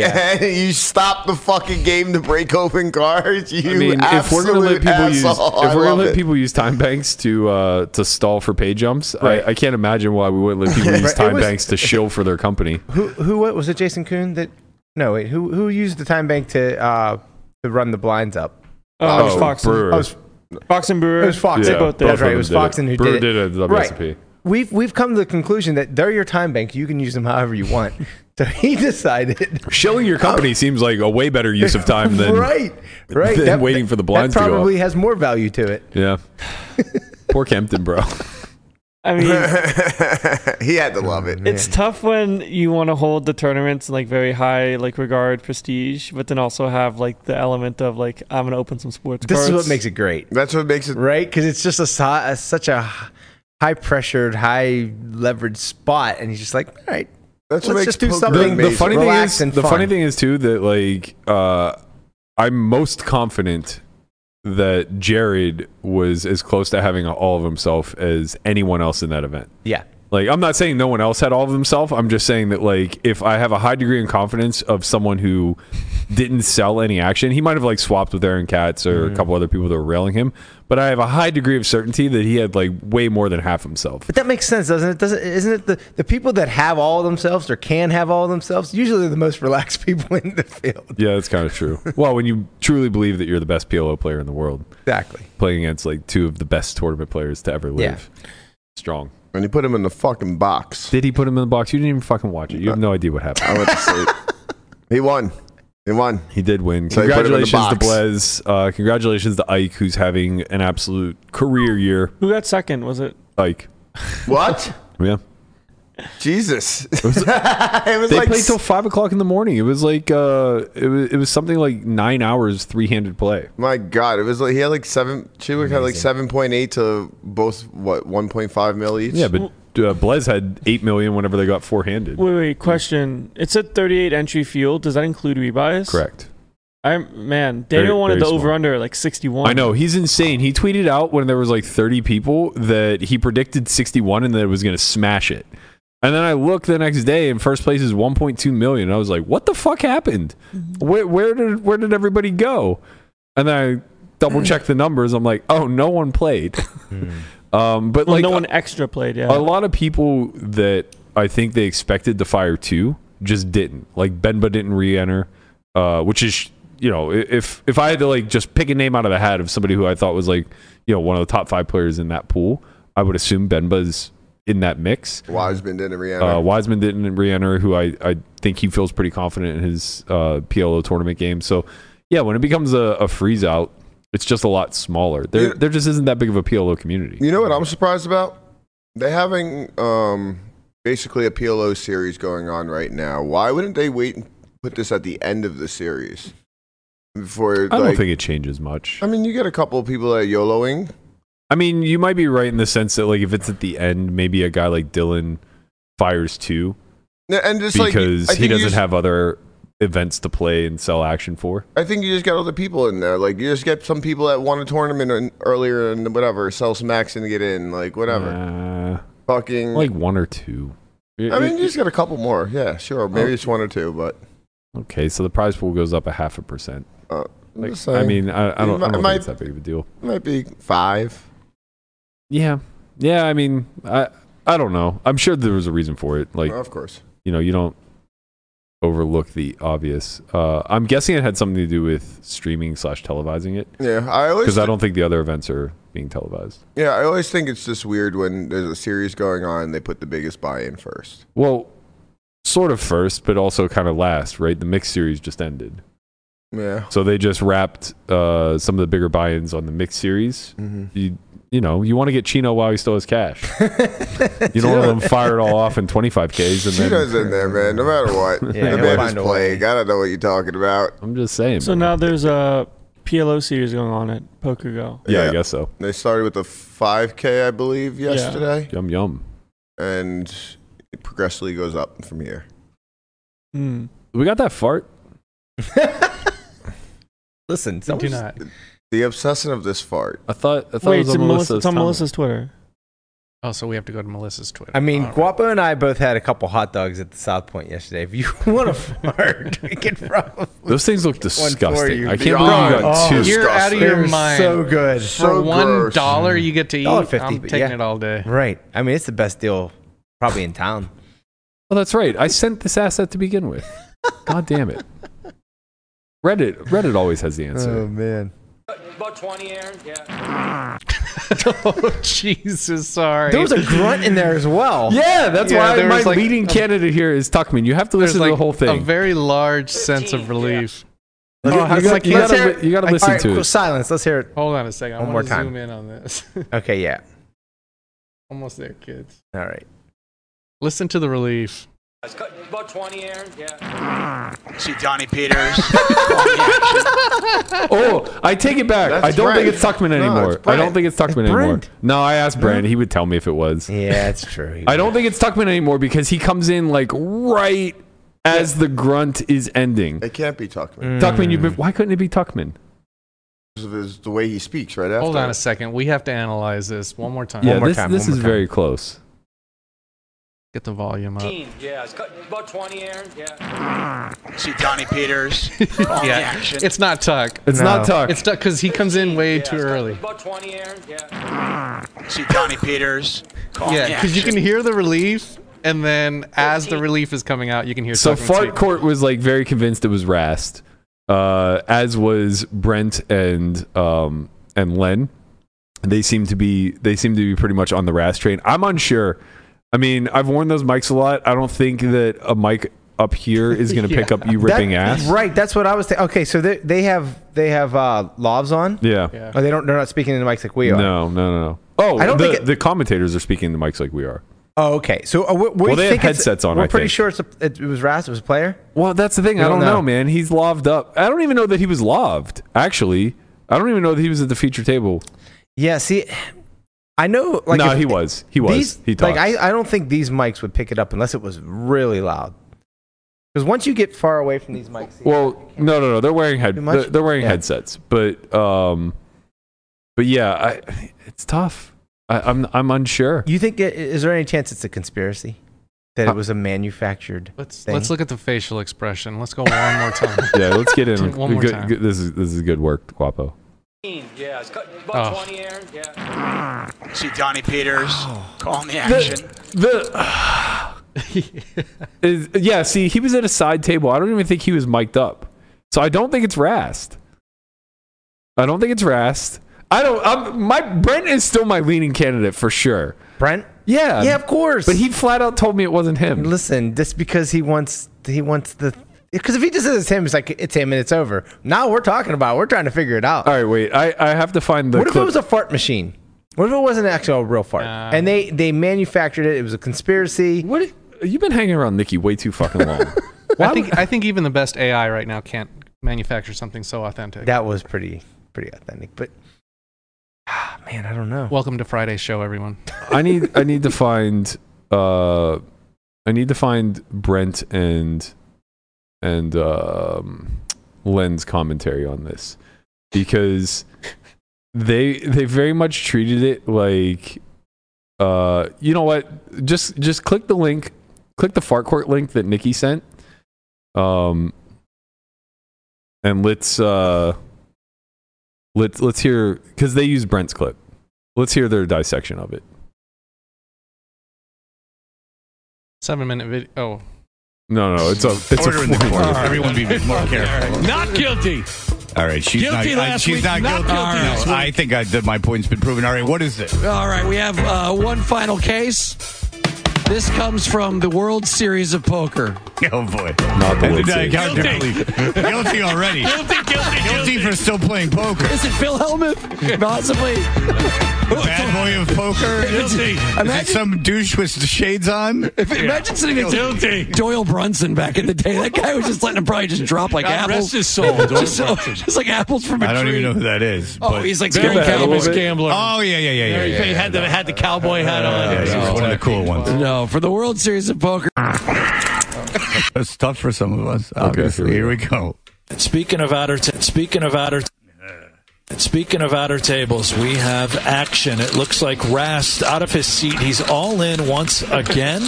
you stop the fucking game to break open cards. You
I mean, if we're gonna let
absolute
people
asshole.
use if
I
we're gonna
love
let
it.
people use time banks to uh, to stall for pay jumps,
Right.
I, I can't imagine why we wouldn't let people
Right.
use
It
time
was-
banks to shill for their company.
Who who what was it? Jason Kuhn that? No wait. Who who used the time bank to uh to run the blinds up?
Oh, it was Fox.
Brewer.
Oh, it was-
Fox and Brewer.
It was Fox.
Yeah,
They both
both
did.
of
That's right. It
them
was
did
Fox
it.
and who
Brewer
did it.
did a WSOP.
Right. We've we've come to the conclusion that they're your time bank. You can use them however you want. So he decided.
Shilling your company seems like a way better use of time than
right, right.
than waiting for the blinds to
that
go up.
probably has more value to it.
Yeah. Poor Kempton, bro.
I mean,
he had to love it.
it's tough when you want to hold the tournaments in like very high like regard prestige, but then also have like the element of like I'm gonna open some sports
This
cards.
is what makes it great.
That's what makes it
right because it's just a, si- a such a high pressured, high leveraged spot, and he's just like, all right,
That's what
let's
makes
just do
poker
something.
The, the funny thing
relaxed
is,
and
the
fun.
funny thing is too that like uh, I'm most confident that Jared was as close to having all of himself as anyone else in that event.
yeah,
Like I'm not saying no one else had all of themselves. I'm just saying that like if I have a high degree in confidence of someone who didn't sell any action, he might have like swapped with Aaron Katz or a couple other people that were railing him. But I have a high degree of certainty that he had like way more than half himself.
but that makes sense, doesn't it? Doesn't isn't it the the people that have all of themselves or can have all of themselves usually are the most relaxed people in the field?
Yeah, that's kind of true. well, when you truly believe that you're the best PLO player in the world,
Exactly.
playing against like two of the best tournament players to ever
Yeah.
live, strong.
And he put him in the fucking box.
Did he put him in the box? You didn't even fucking watch it. You have no idea what happened.
I went to sleep. he won. He won.
He did win.
So he put him in the
Congratulations to
box.
Blez. Uh, congratulations to Ike, who's having an absolute career year.
Who got second? Was it?
Ike.
What?
Yeah.
Jesus. It was,
They
like
played till five o'clock in the morning. It was like uh, it was it was something like nine hours three handed play.
My God, it was like he had like seven. Chidwick had like seven point eight to both. What one point five mil each?
Yeah, but uh, Blez had eight million whenever they got four handed.
Wait, wait. Question. It said 38 entry field. Does that include rebuys?
Correct.
I man, Daniel
Very-
wanted
very
the
small.
over under like 61.
I know he's insane. He tweeted out when there was like 30 people that he predicted 61 and that it was going to smash it. And then I look the next day, and first place is 1.2 million. And I was like, "What the fuck happened?
Mm-hmm.
Where, where did where did everybody go?" And then I double check the numbers. I'm like, "Oh, no one played." um, but
Well,
like
no one extra played. Yeah.
a lot of people that I think they expected to fire two just didn't. Like Benba didn't re-enter, uh, which is you know i- if if I had to like just pick a name out of the hat of somebody who I thought was like you know one of the top five players in that pool, I would assume Benba's in that mix.
Wiseman didn't re-enter.
Uh, Wiseman didn't re-enter, who I, I think he feels pretty confident in his uh, PLO tournament game. So yeah, when it becomes a, a freeze out, it's just a lot smaller. There
Yeah.
there just isn't that big of a PLO community.
you know what I'm surprised about? They having um basically a PLO series going on right now. Why wouldn't they wait and put this at the end of the series? Before
I don't
like,
think it changes much.
I mean, you get a couple of people that are YOLOing.
I mean, you might be right in the sense that like if it's at the end, maybe a guy like Dylan fires two
No, And just like
because
I
he
think you
doesn't
just-
have other events to play and sell action for.
I think you just got other people in there. Like you just get some people that won a tournament in, earlier and whatever, sell some action to get in, like whatever.
Uh,
Fucking.
like one or two.
I mean, you just got a couple more. Yeah, sure. Maybe
Oh.
it's one or two, but
okay, so the prize pool goes up a half a percent.
uh, I'm
Like,
just
I
saying,
mean, I, I
It
don't,
mi-
I don't
might-
think it's that big of a deal.
might be five.
Yeah, yeah. I mean, I I don't know. I'm sure there was a reason for it. Like
of course.
you know, you don't overlook the obvious. Uh, I'm guessing it had something to do with streaming slash televising it.
Yeah, I always.
because I
thi-
don't think the other events are being televised.
yeah, I always think it's just weird when there's a series going on. They put the biggest buy in first.
Well, sort of first, but also kind of last, right? The mixed series just ended.
Yeah.
So they just wrapped uh, some of the bigger buy-ins on the mixed series. You you know you want to get Chino while he still has cash. you don't want to let him fire it all off in 25ks and then
Chino's in there, man. No matter what,
Yeah, he'll
the man is
find a way.
playing. I don't know what you're talking about.
I'm just saying.
So now there's a PLO series going on at PokerGo.
Yeah, I guess so.
They started with a 5K, I believe,
Yeah.
yesterday,
Yum yum.
and it progressively goes up from here.
Hmm.
We got that fart.
Listen,
Do not.
The obsession of this fart.
I thought. I thought
Wait,
it was
it's,
on
on Melissa,
Melissa's
it's on
tongue.
Melissa's Twitter.
Oh, so we have to go to Melissa's Twitter.
I mean,
All right.
Guapo and I both had a couple hot dogs at the South Point yesterday. If you want to fart, we can probably.
Those things look disgusting. I can't believe you
Beyond
got
Oh,
two.
You're out of your
They're
mind.
So good.
For one dollar, you get to eat.
$1.50,
I'm
but
taking
yeah.
it all day.
Right. I mean, it's the best deal probably in town.
Well, that's right. I sent this asset to begin with. God damn it. Reddit. Reddit always has the answer.
Oh,
Um,
man.
About 20, Aaron. Yeah.
oh Jesus, sorry.
There was a grunt in there as well.
Yeah, that's
Yeah,
why
there
my
was like
leading
a-
candidate here is Tuckman. You have to
There's
listen to
like
the whole
A
thing.
very large sense of relief.
You-
Oh,
you,
it's
got,
like
you
let's
gotta,
hear
li- you gotta listen to it.
Silence. Let's hear it.
Hold on a second. I
One
want
more
to
time.
zoom in on this.
Okay. Yeah.
Almost there, kids.
All right.
Listen to the relief.
It's cut- About 20, Aaron. Yeah.
See Donnie Peters.
Oh, I take it back.
That's
I don't
Brent.
think it's Tuckman
No, it's
anymore. I
Brent.
don't think it's Tuckman anymore.
Brent.
No, I asked Brand. He would tell me if it was.
Yeah, it's true.
I don't think it's Tuckman anymore because he comes in like right as the grunt is
Mm.
ending.
It can't be Tuckman
Tuckman, you've been. Why couldn't it be Tuckman?
because of his, the way he speaks right after.
Hold on a second. We have to analyze this one more time.
yeah,
one more
this,
time.
this is very close.
Get the volume up.
15. Yeah. It's cut- About 20, Aaron. Yeah.
See Donnie Peters.
yeah, it's not Tuck.
It's not No. Tuck.
It's Tuck because he comes in way too early.
About 20, Aaron. Yeah.
See Donnie Peters. Call
Yeah,
the
because you
action.
can hear the relief, and then as the relief is coming out, you can hear.
So
Tuck
Fart Court was like very convinced it was Rast, uh, as was Brent and um, and Len. They seem to be they seem to be pretty much on the Rast train. I'm unsure. I mean, I've worn those mics a lot. I don't think that a mic up here is going to pick up you
That-
ripping ass.
Right. That's what I was thinking. Okay. So they, they have they have uh, lobs on.
Yeah.
Oh, they don't. They're not speaking into mics like we are.
No, no, no, no. Oh,
I don't
the,
think it-
the commentators are speaking to mics like we are.
Oh, okay. So uh, we
Well, they had
think it's-
headsets on,
We're
I
pretty
think.
sure it's a, it, it was Rast. It was a player.
Well, that's the thing.
We
I
don't
don't know.
know.
man. He's loved up. I don't even know that he was loved. Actually, I don't even know that he was at the feature table.
Yeah. See, I know. Like,
no,
if-
he was. He was.
These,
he talked.
like I, I don't think these mics would pick it up unless it was really loud. Because once you get far away from these mics,
Well, no, no, no. They're wearing head.
much?
They're, they're wearing
Yeah.
headsets, but um, but yeah, I, it's tough. I, I'm I'm unsure.
you think it, is there any chance it's a conspiracy that it was a manufactured?
Let's
thing?
let's look at the facial expression. Let's go one more time.
Yeah, let's get in.
One more
Good-
time.
good- this is this is good work, Guapo.
15. Yeah. It's cut- About
Oh.
20, Aaron. Yeah.
See Donnie Peters.
Oh.
Call the action.
The, is, yeah. See, he was at a side table. I don't even think he was mic'd up. So I don't think it's Rast. I don't think it's Rast. I don't. I'm, my Brent is still my leaning candidate for sure.
Brent.
Yeah.
Yeah, of course.
But he flat out told me it wasn't him.
Listen, just because he wants he wants the because if he just says it's him, it's like it's him and it's over. Now we're talking about it. we're trying to figure it out.
All right, wait. I, I have to find the.
What if it
clip.
was a fart machine? What if it wasn't actually a real fart? and they they manufactured it. It was a conspiracy.
What you've been hanging around Nikki way too fucking long.
I think I think even the best AI right now can't manufacture something so authentic.
that was pretty pretty authentic. But ah, man, I don't know.
Welcome to Friday's show, everyone.
I need I need to find uh I need to find Brent and and um Len's commentary on this because they they very much treated it like uh you know what just just click the link click the Farcourt link that Nikki sent um and let's uh let's let's hear because they use Brent's clip let's hear their dissection of it
Seven minute video. Oh,
No, no, it's a it's
Order
a
in the
form.
court. Everyone be more careful.
Not guilty.
All right, she's
Guilty
not. I-
last
she's
week,
not
not
guilty.
guilty this
No, I think I, that my point's been proven. All right, what is this?
All right, we have uh, one final case. This comes from the World Series of Poker.
Oh boy,
Not the
Guilty.
World Series.
guilty already.
Guilty, guilty,
guilty for still playing poker.
Is it Phil Hellmuth? Possibly.
Bad boy of poker.
Guilty.
Is it
Imagine-
some douche with the shades on?
If, Imagine sitting next to Doyle Brunson back in the day. That guy was just letting him probably just drop like
God
apples.
rest his soul, Doyle
just, so-
Brunson.
just like apples from a
I don't
tree.
even know who that is.
Oh,
but-
he's like
Very
Gary
bad.
Cowboys
Little bit.
gambler.
Oh yeah, yeah, yeah, yeah.
He
yeah, yeah,
had, the, had the cowboy hat on.
yeah, he was one of the cool ones.
No, for the World Series of Poker.
It's tough for some of us. Obviously, here we go.
Speaking of outer, ta- speaking of outer, speaking of outer tables, we have action. It looks like Rast out of his seat. He's all in once again.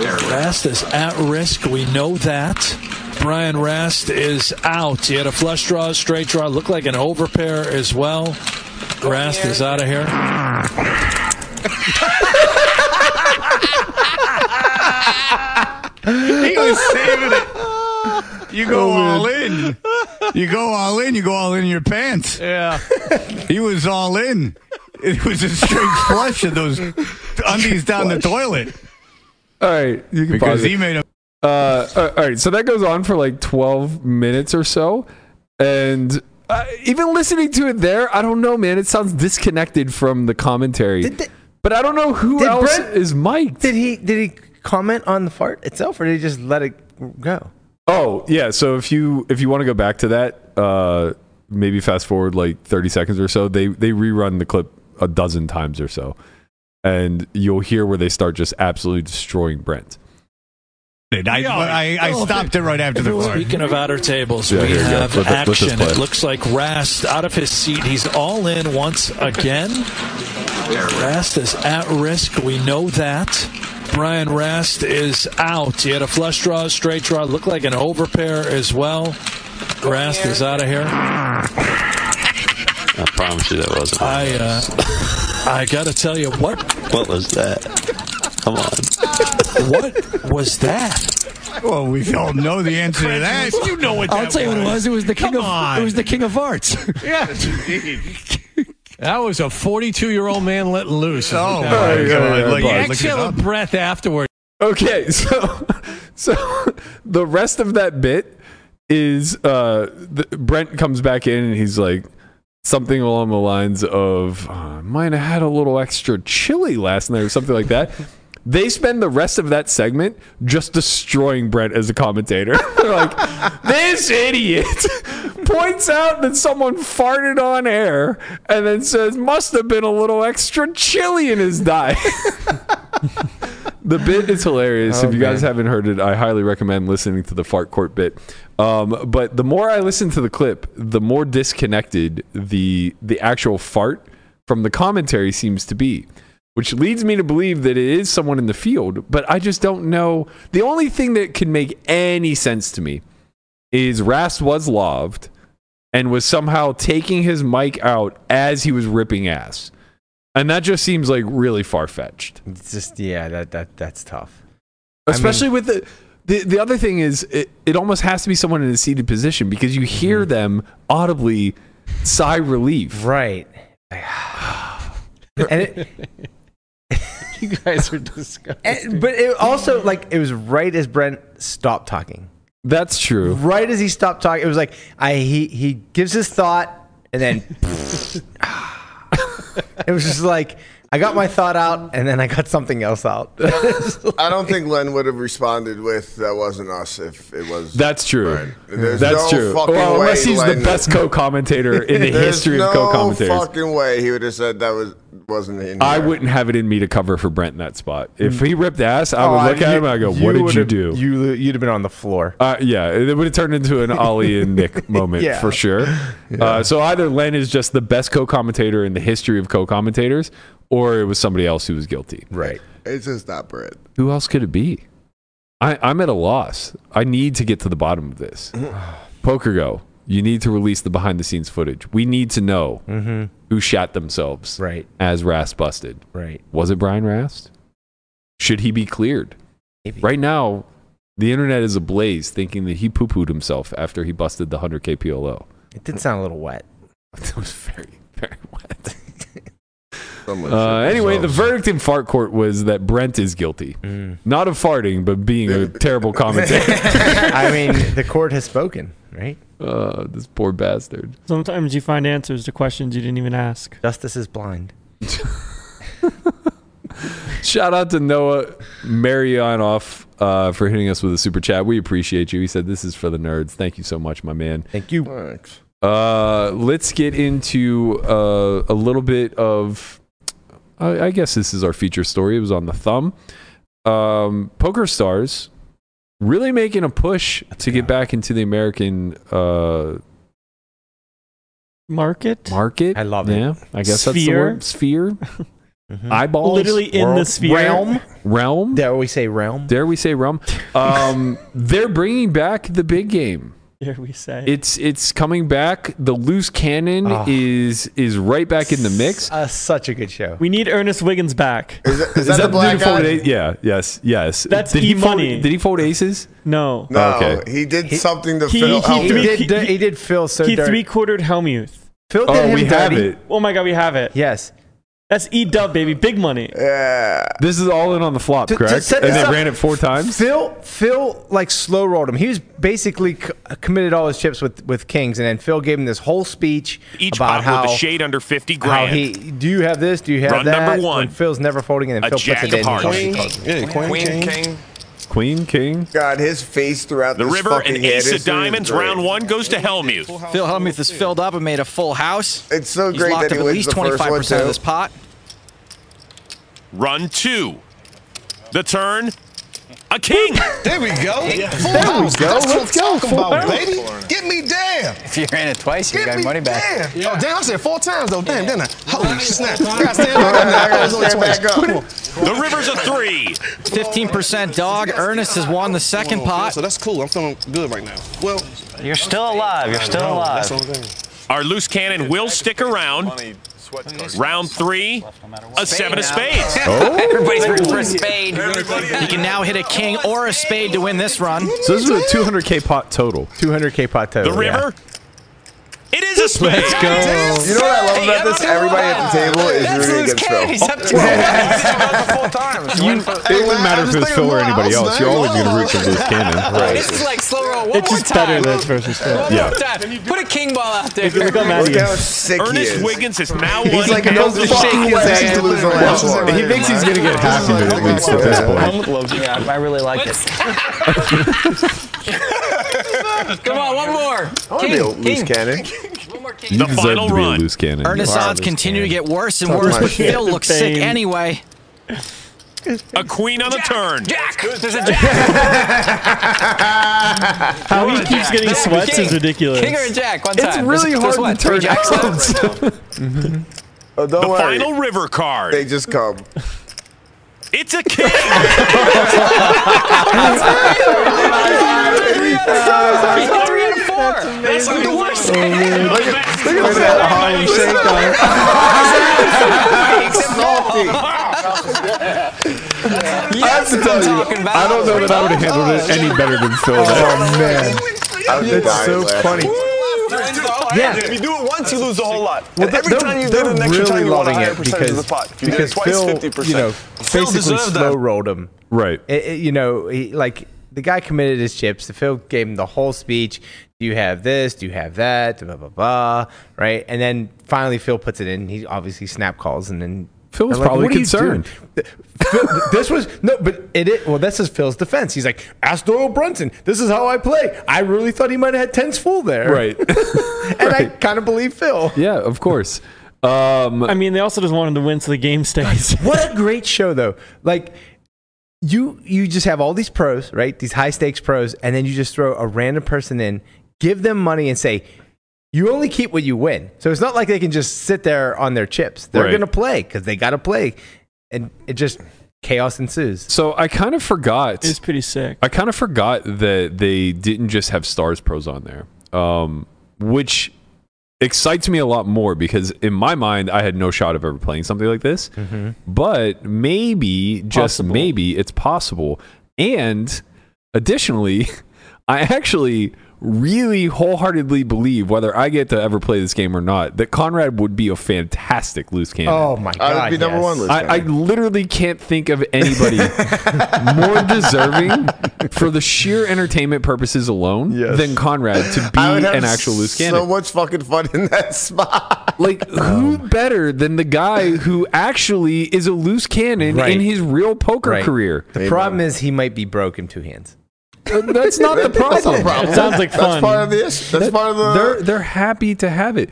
Rast is at risk. We know that. Brian Rast is out. He had a flush draw, straight draw. Looked like an overpair as well. Rast is out of here.
he was saving it. You go all in. Oh, You go all in. You go all in your pants.
Yeah.
He was all in. It was a straight flush of those undies down the toilet.
All right, you can
Because
pause it.
he made a-
Uh, all right, so that goes on for like twelve minutes or so, and uh, even listening to it there, I don't know, man. It sounds disconnected from the commentary. but I don't know who
Did
else
Brent-
is mic'd.
Did he did he comment on the fart itself, or did he just let it go?
Oh yeah, so if you if you want to go back to that, uh, maybe fast forward like thirty seconds or so. They they rerun the clip a dozen times or so, and you'll hear where they start just absolutely destroying Brent.
I, I, I stopped it right after the flush.
Speaking of outer tables,
Yeah,
we
here you go.
have
Let the- let this
action.
play.
It looks like Rast out of his seat. He's all in once again. Rast is at risk. We know that. Brian Rast is out. He had a flush draw, straight draw. Looked like an overpair as well. Rast is out of here.
I promise you that wasn't.
I uh, I gotta tell you what
What was that? Come on.
what was that?
Well, we all know the answer to that.
You know what
I'll
that
tell you what it
was.
was. It was the king
Come
of
on.
it was the king of arts.
That was a 42 year old man letting loose.
Oh,
my God. Look-
You
look it
exhale a
up.
breath afterward.
Okay, so so the rest of that bit is uh the, Brent comes back in and he's like something along the lines of uh, might have had a little extra chili last night or something like that. They spend the rest of that segment just destroying Brent as a commentator. They're like, this idiot points out that someone farted on air and then says, must have been a little extra chili in his diet. The bit is hilarious.
Oh,
if you guys
man.
haven't heard it, I highly recommend listening to the fart court bit. Um, but the more I listen to the clip, the more disconnected the the actual fart from the commentary seems to be, which leads me to believe that it is someone in the field. But I just don't know. The only thing that can make any sense to me is Rast was loved and was somehow taking his mic out as he was ripping ass. And that just seems like really far fetched
It's just yeah, that that that's tough. I mean-
especially with the, the the other thing is it, it almost has to be someone in a seated position because you hear them audibly sigh relief
Mm-hmm. right and it,
You guys are disgusting.
and- but it also like it was right as Brent stopped talking.
that's true
Right as he stopped talking, it was like I he he gives his thought and then it was just like I got my thought out and then I got something else out.
I don't think Len would have responded with "That wasn't us" if it was.
that's true
There's
that's
no
true
fucking
well unless
way,
he's
Len.
the best co-commentator in the
There's
history
no
of co-commentators
fucking way he would have said that was wasn't in.
I
here.
wouldn't have it in me to cover for Brent in that spot. If he ripped ass, I
Oh,
would look at him and I go, "What did you
would've-
do?"
You you'd have been on the floor.
Uh, yeah, it would have turned into an Ollie and Nick moment
Yeah.
for sure. Uh, so either Len is just the best co-commentator in the history of co-commentators, or it was somebody else who was guilty.
Right.
It's just not bread.
Who else could it be? I, I'm at a loss. I need to get to the bottom of this. Poker Go, you need to release the behind-the-scenes footage. We need to know
Mhm.
who shot themselves
Right.
as Rast busted.
Right.
Was it Brian Rast? Should he be cleared? Right now, the internet is ablaze thinking that he poo pooed himself after he busted the 100K PLO.
It did sound a little wet.
It was very, very wet.
Someone
Uh,
shit
anyway, the
themselves.
verdict in fart court was that Brent is guilty, not of farting, but being a terrible commentator.
I mean, the court has spoken, right?
Uh, this poor bastard.
Sometimes you find answers to questions you didn't even ask.
Justice is blind.
Shout out to Noah Marionoff uh, for hitting us with a super chat. We appreciate you. He said this is for the nerds. Thank you so much, my man.
Thank you.
Thanks.
Uh, let's get into uh, a little bit of. I, I guess this is our feature story. It was on the thumb. Um, Poker stars really making a push to get back into the American uh,
Market?
market. I
love
yeah, I guess that's the
Sphere?
word. Sphere. Eyeballs.
Literally in the sphere. Realm?
Realm.
Dare we say realm?
Dare we say realm? Um, they're bringing back the big game.
Dare we say.
It's it's coming back. The loose cannon
Ah.
is is right back in the mix.
Uh, such a good show.
we need Ernest Wiggins back.
Is that, the black
did he fold
guy?
ace- Yeah. Yes. Yes.
That's
did he fold-
e-money.
Did he fold aces?
No.
No,
Okay.
he did something to
he-
Phil.
he-
Hellmuth.
he-
He did, he, he did Phil so
he
dirty.
three quartered Helmuth.
Phil did
Oh,
him
we have
dirty.
it.
Oh my god, we have it.
Yes.
That's E dub, baby. Big money.
This is all in on the flop,
To- to
correct?
set
and
this
they
up-
ran it four times.
Phil Phil like slow rolled him. He was basically c- committed all his chips with with kings, and then Phil gave him this whole speech
Each
about
pot
how
with a shade under 50
how
grand.
he do you have this? Do you have
Run
that?
number
And
one.
Phil's never folding, and then
A
Phil
jack
puts it in.
of hearts.
He
Queen.
calls it.
Yeah, queen, king.
Queen, king.
God, his face throughout
The
this
river
fucking
and ace
hit
of
is really
diamonds.
great.
Round one goes to Helmuth.
Phil Hellmuth is filled up and made a full house.
It's so
He's
great
locked
that he
up at
wins
least
the first one,
25%
too.
of this pot.
Run two. The turn. A king.
There we go. Full
There we
house.
go.
That's
Let's
what I'm
go.
talking about,
Full
baby. Get me damn.
If you ran it twice, you
Get
got
me
money back.
damn. Oh, damn, I said four times, though. Damn, didn't I? Holy snap. I got stand back up now. I was only
Stand
twice.
back up.
Come on.
The river's a three.
15% dog. Ernest has won the second pot.
So that's cool. I'm feeling good right now. Well,
You're still alive. You're still
no,
alive.
that's all there.
Our loose cannon will stick around. Round three. A seven of spades.
Everybody's rooting for a spade. He can now hit a king or a spade to win this run.
So this was a 200k pot total.
200k pot total.
The river. It is a spade.
Let's go.
You know what I love about this? Everybody at the table is
That's
rooting
Louis
against Phil.
Cannon. He's up to full time. He's winning for-
It wouldn't matter if it was Phil or anybody
house,
else. You're always going to root for loose cannon.
This is like slow roll. One
It's
more
just
time.
better than versus Phil.
One
Yeah.
more time. Put a king ball out there.
If you look up
Look how
Matthews.
sick he
Ernest
is.
Wiggins is now
He's
one.
like, no
thousand
fucking
shaking
way
hands.
to lose the last
Well,
one.
he thinks he's going to get half of it at least at this point.
Yeah, I really like it. Come on, one more.
I wanna be a
King,
loose
king.
cannon.
You
The
deserve
final
to be a
run.
loose cannon.
Ernest's
You are.
odds continue to get worse and
That's
worse,
my
but
shit.
Phil looks sick
Bane.
anyway.
A queen on a turn.
Jack! There's a jack!
How he keeps getting
Jack,
sweats
king.
is ridiculous.
King or a jack, one
It's
time.
really
There's- there's
hard
what,
to turn
three jacks left?
out.
Oh,
The
don't worry.
final river
They
card.
just come.
It's a king.
Three three out of four. That's like the worst thing.
Look at, look at that
Oh,
Harlem
Except
Salty.
I have to tell you, I don't know that I would have handled it any better than Phil.
Oh man, I was
It's
dying
so
laughing.
funny. Yeah.
If you do it once, you lose the whole lot.
Well,
and every
they're,
time you
they're
do it, the next
really
time you want a
loving
higher
it
percentage
because,
of the pot. If you
because
did it twice,
Phil,
50%.
you know, basically
deserved
slow
that.
rolled him.
Right.
It- it- you know, he, like the guy committed his chips. The Phil gave him the whole speech. Do you have this? Do you have that? Blah blah blah. Right, and then finally Phil puts it in. He obviously snap calls, and then
Phil was
they're
probably
"What are you
concerned."
doing?" Phil, this was no, but it, it. Well, this is Phil's defense. He's like, ask Doyle Brunson. This is how I play. I really thought he might have had tens full there.
Right.
and I kind of believe Phil.
Yeah, of course. Um,
I mean, they also just want him to win so the game stays.
what a great show though like you you just have all these pros right these high stakes pros and then you just throw a random person in give them money and say you only keep what you win so it's not like they can just sit there on their chips they're
Right.
gonna play because they gotta play and it just chaos ensues
so I kind of forgot.
It's pretty sick.
I kind of forgot that they didn't just have Stars Pros on there, um, which excites me a lot more because in my mind I had no shot of ever playing something like this. But maybe, just
Possible.
maybe, it's possible. And additionally, I actually really wholeheartedly believe, whether I get to ever play this game or not, that Conrad would be a fantastic loose cannon.
Oh my I would God, be number yes. one loose
I, I literally can't think of anybody more deserving for the sheer entertainment purposes alone than Conrad to be
I would have
an actual loose cannon.
So much fucking fun in that spot.
Like who better than the guy who actually is a loose cannon
Right.
in his real poker
Right.
career?
The problem is he might be broke in two hands.
Uh, That's not the problem.
That's not a problem. That's part of the issue. That's
That-
part of the-
They're they're happy to have it,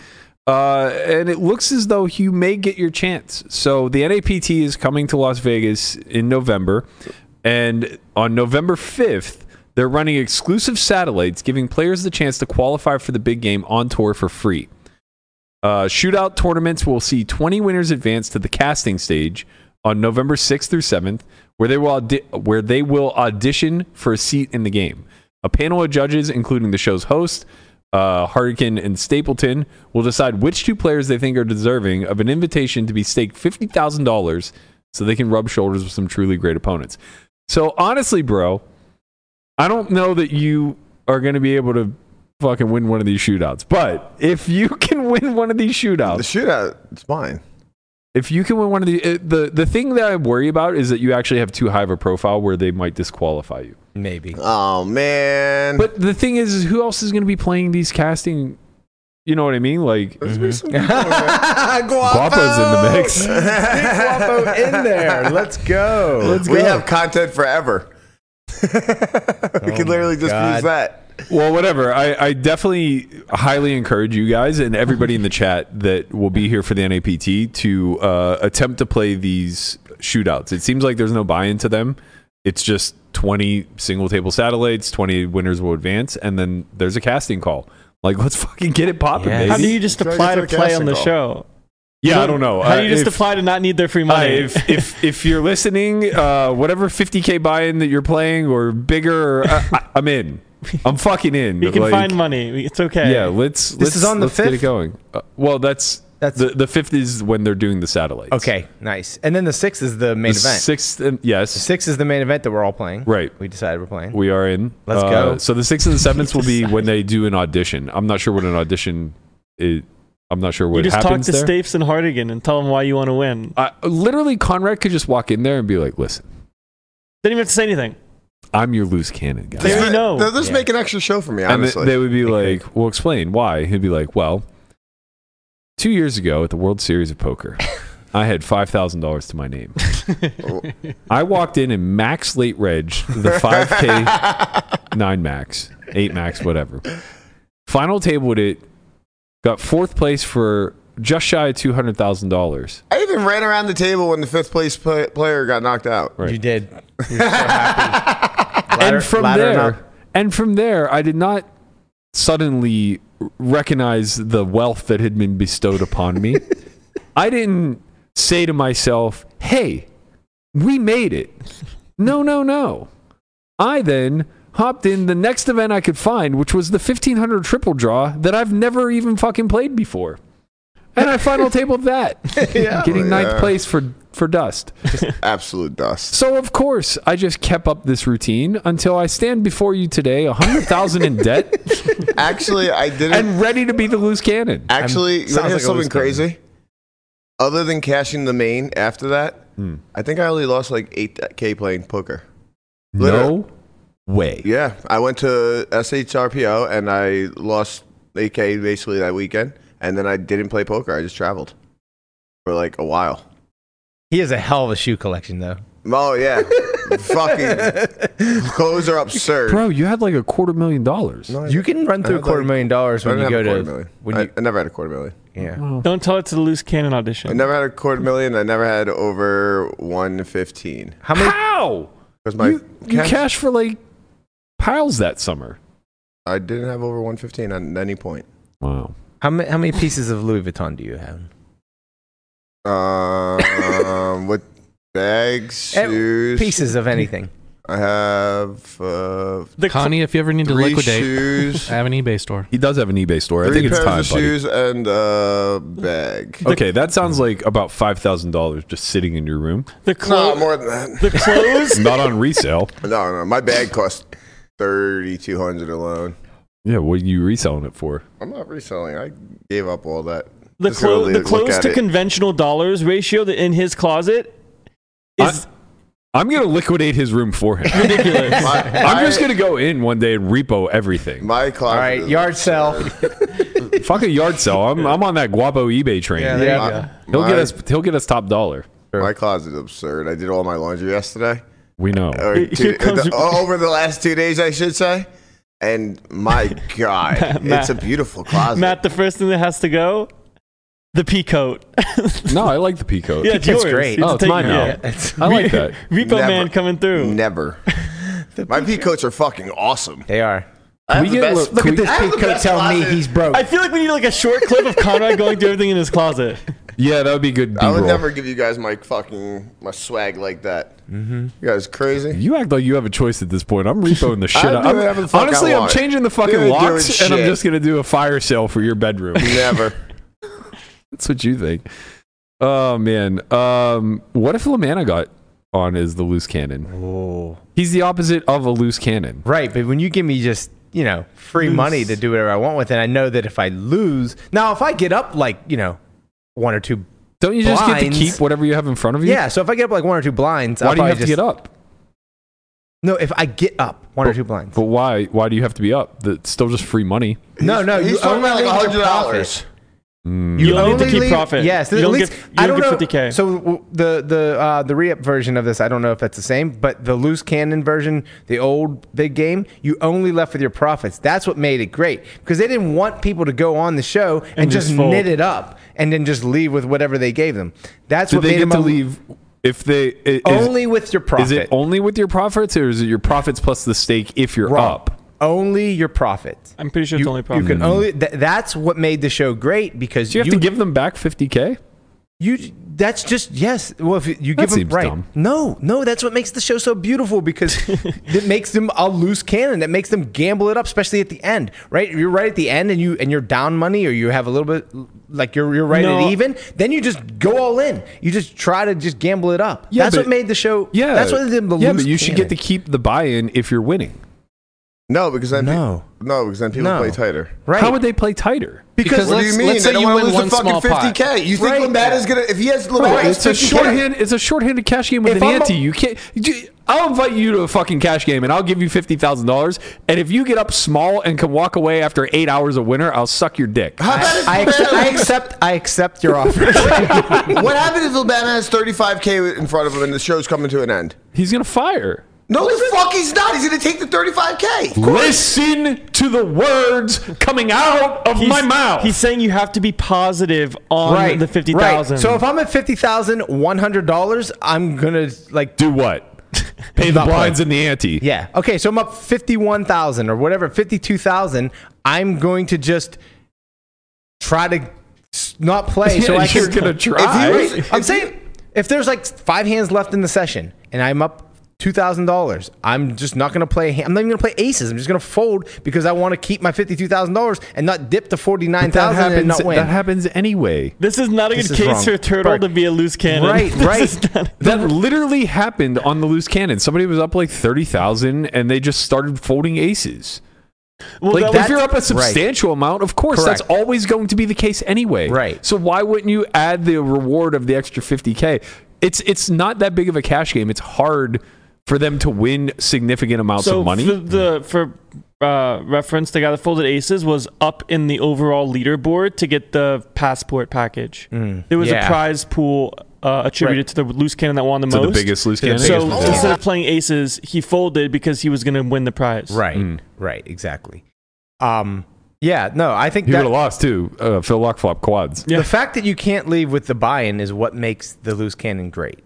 uh, and it looks as though you may get your chance. So the NAPT is coming to Las Vegas in November, and on November fifth. They're running exclusive satellites, giving players the chance to qualify for the big game on tour for free. Uh, shootout tournaments will see 20 winners advance to the casting stage on November 6th through 7th, where they will audi- where they will audition for a seat in the game. A panel of judges, including the show's host, uh, Hardikin and Stapleton, will decide which two players they think are deserving of an invitation to be staked fifty thousand dollars, so they can rub shoulders with some truly great opponents. So honestly, bro, I don't know that you are going to be able to fucking win one of these shootouts, but if you can win one of these shootouts,
The shootout, it's fine.
if you can win one of the uh, the the thing that I worry about is that you actually have too high of a profile where they might disqualify you.
Maybe.
Oh
Mm.
man.
But the thing is, is who else is going to be playing these casting? You know what I mean? Like
Mm-hmm.
Guapo's in the mix.
Guapo in there. Let's go. Let's
we have content forever. we can literally just
Oh God.
use that.
Well, whatever. I, I definitely highly encourage you guys and everybody in the chat that will be here for the NAPT to uh, attempt to play these shootouts. It seems like there's no buy into them. It's just 20 single table satellites, 20 winners will advance, and then there's a casting call. Like, let's fucking get it popping,
Yes.
baby.
How do you just
Try to
apply
get
to
to a
play on
casting
the
call.
show?
yeah, I don't know.
How
Uh,
do you just
if-
apply to not need their free
Hi,
money?
if if if you're listening, uh, whatever 50k buy-in that you're playing or bigger, uh, I, I'm in. I'm fucking in.
you can
Like,
find money. It's okay.
Yeah, let's.
This
let's,
is on the
let's get it
5th?
going. Uh, well, that's
That's-
the the fifth is when they're doing the satellites.
Okay, nice. And then the sixth is the
The
main event.
sixth, and, yes,
The sixth is the main event that we're all playing.
right.
We decided we're playing.
We are in.
Let's
Uh,
go.
So the sixth and the seventh will be when they do an audition. I'm not sure what an audition. is. I'm not sure what
you just talk
happens
to
there.
Stapes and Hardigan and tell them why you want to win.
Uh, literally, Conrad could just walk in there and be like, "Listen,
Didn't even have to say anything.
I'm your loose cannon guy."
They already know.
They'll just make an extra show for me,
And th-
honestly.
they would be like, "Well, explain why." He'd be like, "Well, two years ago at the World Series of Poker, I had five thousand dollars to my name. I walked in and max late reg the five k, nine max, eight max, whatever. Final tabled it, got fourth place for just shy of two hundred thousand dollars.
I even ran around the table when the fifth place play- player got knocked out.
Right.
You did.
and from there, and from there, I did not suddenly recognize the wealth that had been bestowed upon me. I didn't say to myself, "Hey, we made it." No, no, no. I then hopped in the next event I could find, which was the 1500 triple draw that I've never even fucking played before. And I final tabled that, getting ninth
Yeah.
place for, for dust.
Absolute dust.
So of course, I just kept up this routine until I stand before you today, a hundred thousand in debt
Actually, I didn't.
and ready to be the loose cannon.
Actually, you
sounds
want to hear
like a
something
loose cannon.
crazy? Other than cashing the main after that,
Hmm.
I think I only lost like 8K playing poker. Literally.
No way.
Yeah, I went to SHRPO and I lost 8K basically that weekend. And then I didn't play poker. I just traveled for like a while.
He has a hell of a shoe collection, though.
Oh, yeah. Fucking clothes are absurd.
Bro, you had like a quarter million dollars.
No, I-
You can run
I
through a
had,
quarter
like-
million dollars
I
when
didn't
you
have
go
a quarter
to.
million.
When
I,
you,
I never had a quarter million.
yeah.
Well,
Don't tell it to the loose cannon
I
audition.
never had a quarter million. I never had over 115.
How many?
How?
Because my
you, you
cash-
cashed for like piles that summer.
I didn't have over 115 at any point.
Wow.
How many? How many pieces of Louis Vuitton do you have?
Um, with bags,
Eh,
shoes.
Pieces of anything.
I have uh,
The cl-
Connie, if you ever need to
three
liquidate,
shoes,
I have an eBay store.
He does have an eBay store. I
three
think it's
pairs
time,
of
buddy.
shoes, and a bag.
Okay, that sounds like about five thousand dollars just sitting in your room,
the
No,
clothes.
more than that.
the clothes.
not on resale.
No, no, my bag cost thirty two hundred alone.
Yeah, what are you reselling it for?
I'm not reselling. I gave up all that.
The,
Just gonna
clo-
leave-
the
look
close
at
to
it.
conventional dollars ratio that in his closet is
I'm gonna liquidate his room for him.
ridiculous.
I'm just gonna go in one day and repo everything.
My closet.
All right, yard sale.
Fuck a yard sale. I'm I'm on that guapo eBay train.
Yeah, there you Yeah.
go.
He'll get
My-
us he'll get us top dollar.
My closet is absurd. I did all my laundry yesterday.
We know.
Or
Here
two-
comes-
the- o- over the last two days, I should say. And my God, it's a beautiful closet.
Matt, the first thing that has to go, the pea coat.
No, I like the peacoat.
yeah, it's yours. You have
Oh,
to
it's
take-
mine now.
yeah, it's-
I like that.
Repo
Never.
man coming through.
Never. my peacoats are fucking awesome.
They are.
I
Can
have
we
the
get a look-
best,
Look can at we- this I have the peacoat best telling me closet. he's broke.
I feel like we need like a short clip of Conrad going through everything in his closet.
Yeah, that would be good.
I would
D-roll.
never give you guys my fucking my swag like that. Mm-hmm. You guys crazy?
You act like you have a choice at this point. I'm repoing the shit
I'm
out.
doing
I'm-
whatever the fuck I
honestly, I'm
want.
changing the fucking
You're doing
locks, and I'm
shit.
just gonna do a fire sale for your bedroom.
Never.
That's what you think. Oh man. Um, what if Lamanna got on as the loose cannon? Oh, he's the opposite of a loose cannon.
Right, but when you give me just you know free money to do whatever I want with it, I know that if I lose, now if I get up like you know one or two,
don't you just get to
blinds,
keep whatever you have in front of you?
Yeah, so if I get up like one or two blinds,
Why
I'll
do you
probably
have to
just-
get up?
No, if I get up one or two blinds.
But why? Why do you have to be up? That's still just free money.
No, no,
he's
you
talking
only
about like
leave the
hundred dollars.
You don't need to
only
keep
leave-
profit.
Yes,
You
at
don't
least-
get- you
I
don't
don't
get
know.
50K.
So w- the the uh, the re-up version of this, I don't know if that's the same, but the loose cannon version, the old big game, you only left with your profits. That's what made it great because they didn't want people to go on the show and,
And
just,
just fold.
knit it up and then just leave with whatever they gave them. That's
Did
what
they
made
get
them
to
a-
leave if they i- is-
only with your profit.
Is it only with your profits, or is it your profits plus the stake if you're
Wrong.
up?
Only your profit. I'm
pretty sure
you,
it's only profit.
You can only. Th- that's what made the show great because
Do you have to give them back 50k.
You. That's just yes. Well, if you
That
give them
seems
right.
dumb.
No, no. That's what makes the show so beautiful because it makes them a loose cannon. That makes them gamble it up, especially at the end. Right. You're right at the end, and you and you're down money, or you have a little bit like you're you're right
No.
at even. Then you just go all in. You just try to just gamble it up.
Yeah,
that's
but-
what made the show.
Yeah,
That's what did the
yeah,
loose
but you should
cannon.
get to keep the buy-in if you're winning.
No, because then
no,
no, because then people
No.
play tighter.
Right.
How would they play tighter?
Because what do you
let's-
mean?
let's say
they don't
you
want to
win
lose
one
the
small
fucking
pot.
fifty k. You think
Right.
Lamat is gonna? If he has
Bro,
Lamat,
it's a
50K.
shorthand. It's a shorthanded cash game with
If
an
I'm a-
ante. you can't. you- I'll invite you to a fucking cash game, and I'll give you fifty thousand dollars. And if you get up small and can walk away after eight hours of winner, I'll suck your dick.
How about if
I, accept, I
Lamanna-
accept. I accept your offer.
what happened if Lamanna has thirty five k in front of him and the show's coming to an end?
He's gonna fire.
No, the fuck he's not. He's gonna take the thirty five k.
Listen to the words coming out of
He's-
my mouth.
He's saying you have to be positive on
right.
the fifty thousand.
Right. So if I'm at fifty thousand one hundred dollars, I'm gonna like
Do what? Pay the
Not play.
blinds and the ante.
yeah. Okay, so I'm up fifty one thousand or whatever, fifty two thousand. I'm going to just try to s- not play. so
Yeah,
I
you're
can,
gonna try.
If you- I'm saying if there's like five hands left in the session and I'm up. Two thousand dollars. I'm just not gonna play. a hand- I'm not even gonna play aces. I'm just gonna fold because I want to keep my fifty-two thousand dollars and not dip to forty-nine
But that
thousand and
happens.
not win.
That happens anyway.
this is not a
This
good
is
case
wrong.
for a turtle
Bert.
to be a loose cannon.
Right,
This
right.
is not-
That literally happened on the loose cannon. Somebody was up like thirty thousand, and they just started folding aces.
well,
like
that
if
was,
you're up a
right.
substantial amount, of course that's
Correct.
always going to be the case anyway.
Right.
So why wouldn't you add the reward of the extra 50k? It's it's not that big of a cash game. It's hard for them to win significant amounts
so
of money.
For the for uh, reference, the guy that folded aces was up in the overall leaderboard to get the passport package.
Hmm.
There was
yeah.
a prize pool uh, attributed to the loose cannon that won the
To the
most.
biggest loose
So
cannon?
So
Biggest loose
instead of playing aces, he folded because he was going to win the prize.
Right.
Mm.
Right. Exactly. Um. Yeah. No. I think
he would
that
have lost too. Uh, Phil Lockflop quads.
Yeah.
the fact that you can't leave with the buy-in is what makes the loose cannon great,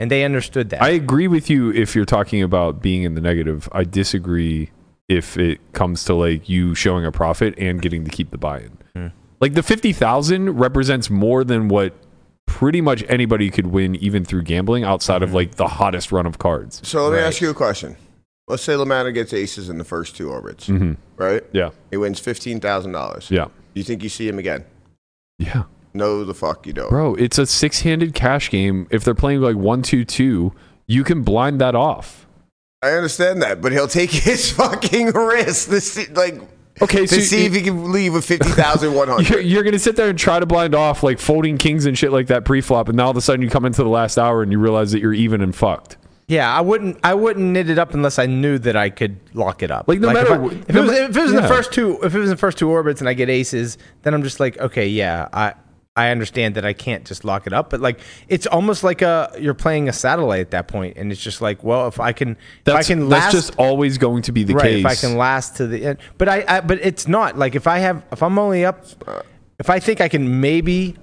and they understood that.
I agree with you if you're talking about being in the negative. I disagree if it comes to like you showing a profit and getting to keep the buy-in. Like the 50,000 represents more than what pretty much anybody could win even through gambling outside of like the hottest run of cards.
So let me ask you a question. Let's say Lamanna gets aces in the first two orbits,
Mhm.
right?
Yeah.
He wins fifteen thousand dollars.
Yeah.
You think you see him again?
Yeah.
No, the fuck you don't.
Bro, it's a six-handed cash game. If they're playing like 1-2-2, you can blind that off.
I understand that, but he'll take his fucking risk. This like
Okay, so
to see
you-
if he can leave with fifty thousand one hundred.
You're, you're going to sit there and try to blind off like folding kings and shit like that pre-flop, and now all of a sudden you come into the last hour and you realize that you're even and fucked.
Yeah, I wouldn't. I wouldn't knit it up unless I knew that I could lock it up.
Like, no
if
matter
I-
what-
if, it was, if it was in
Yeah.
the first two, if it was in the first two orbits, and I get aces, then I'm just like, okay, yeah, I I understand that I can't just lock it up. But like, it's almost like a you're playing a satellite at that point, and it's just like, well, if I can,
That's,
if I can
that's
last,
just always going to be the
right,
case.
if I can last to the end. But I, I, but it's not like if I have, if I'm only up, if I think I can maybe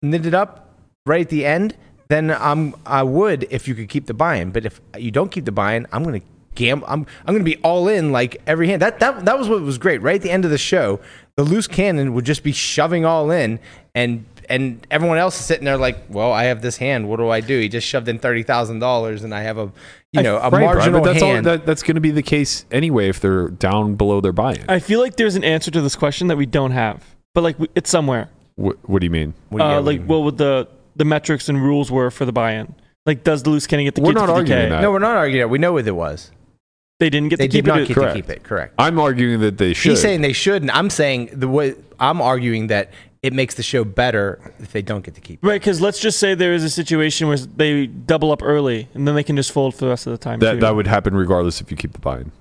knit it up right at the end, then I'm, I would if you could keep the buy-in. But if you don't keep the buy-in, I'm gonna gamble. I'm, I'm gonna be all in like every hand. That, that, that was what was great. Right at the end of the show, the loose cannon would just be shoving all in and. And everyone else is sitting there like, well, I have this hand. What do I do? He just shoved in thirty thousand dollars, and I have a, you know,
Right,
a
Brian, but
marginal
that's
hand.
All, that, that's going to be the case anyway if they're down below their buy-in.
I feel like there's an answer to this question that we don't have, but like we- it's somewhere.
What, what do you mean?
uh, like what would the the metrics and rules were for the buy-in? Like, does the loose cannon get the
We're
keep
not
the 50K?
arguing that.
No, we're not arguing that. We know what it was.
They didn't get
They
to
did
keep
not
it.
get to keep it. Correct.
I'm arguing that they should.
He's saying they should, and I'm saying the way I'm arguing that it makes the show better if they don't get to keep.
Right, because let's just say there is a situation where they double up early, and then they can just fold for the rest of the time.
that
too.
that would happen regardless if you keep the buy-in.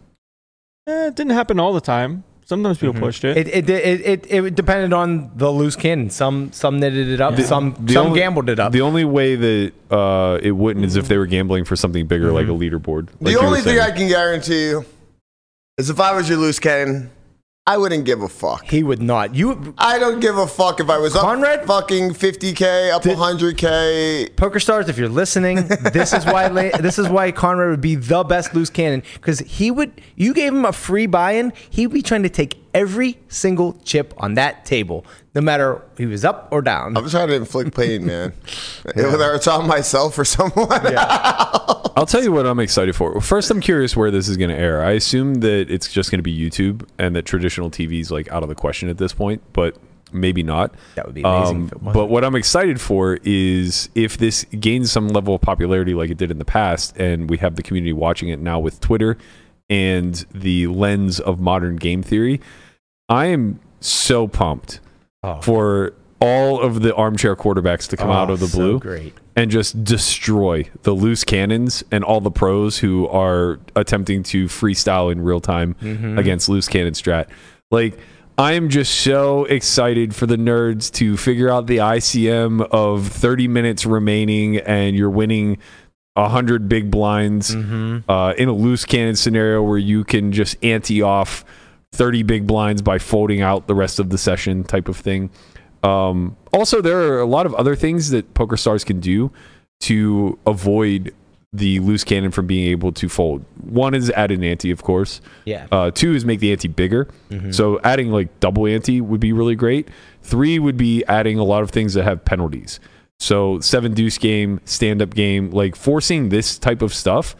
Eh, it didn't happen all the time. Sometimes people
Mm-hmm.
pushed it.
It it, it it it depended on the loose cannon. Some some knitted it up. Some
The
some
only-
gambled it up.
The only way that uh, it wouldn't is if they were gambling for something bigger, like
Mm-hmm.
a leaderboard. like
The
you were
only thing
saying.
I can guarantee you is if I was your loose cannon, I wouldn't give a fuck.
He would not. You,
I don't give a fuck if I was up fucking 50k, up 100k.
Poker stars, if you're listening, this is why La- this is why Conrad would be the best loose cannon because he would. You gave him a free buy-in, he'd be trying to take every single chip on that table, no matter he was up or down.
I'm trying to inflict pain, man. Whether it's on myself or someone.
I'll tell you what I'm excited for. First, I'm curious where this is going to air. I assume that it's just going to be YouTube and that traditional TV is like out of the question at this point, but maybe not. Um,
That would be amazing if it wasn't.
but what I'm excited for is if this gains some level of popularity like it did in the past, and we have the community watching it now with Twitter and the lens of modern game theory. I am so pumped for all of the armchair quarterbacks to come
Oh,
out of the
so
blue
great.
and just destroy the loose cannons and all the pros who are attempting to freestyle in real time
Mhm.
against loose cannon strat. Like I'm just so excited for the nerds to figure out the ICM of 30 minutes remaining and you're winning 100 big blinds uh, in a loose cannon scenario where you can just ante off 30 big blinds by folding out the rest of the session type of thing. Um, also, there are a lot of other things that poker stars can do to avoid the loose cannon from being able to fold. One is add an ante, of course.
Yeah.
Uh, two is make the ante bigger.
Mhm.
So adding like double ante would be really great. Three would be adding a lot of things that have penalties. So seven deuce game, stand up game, like forcing this type of stuff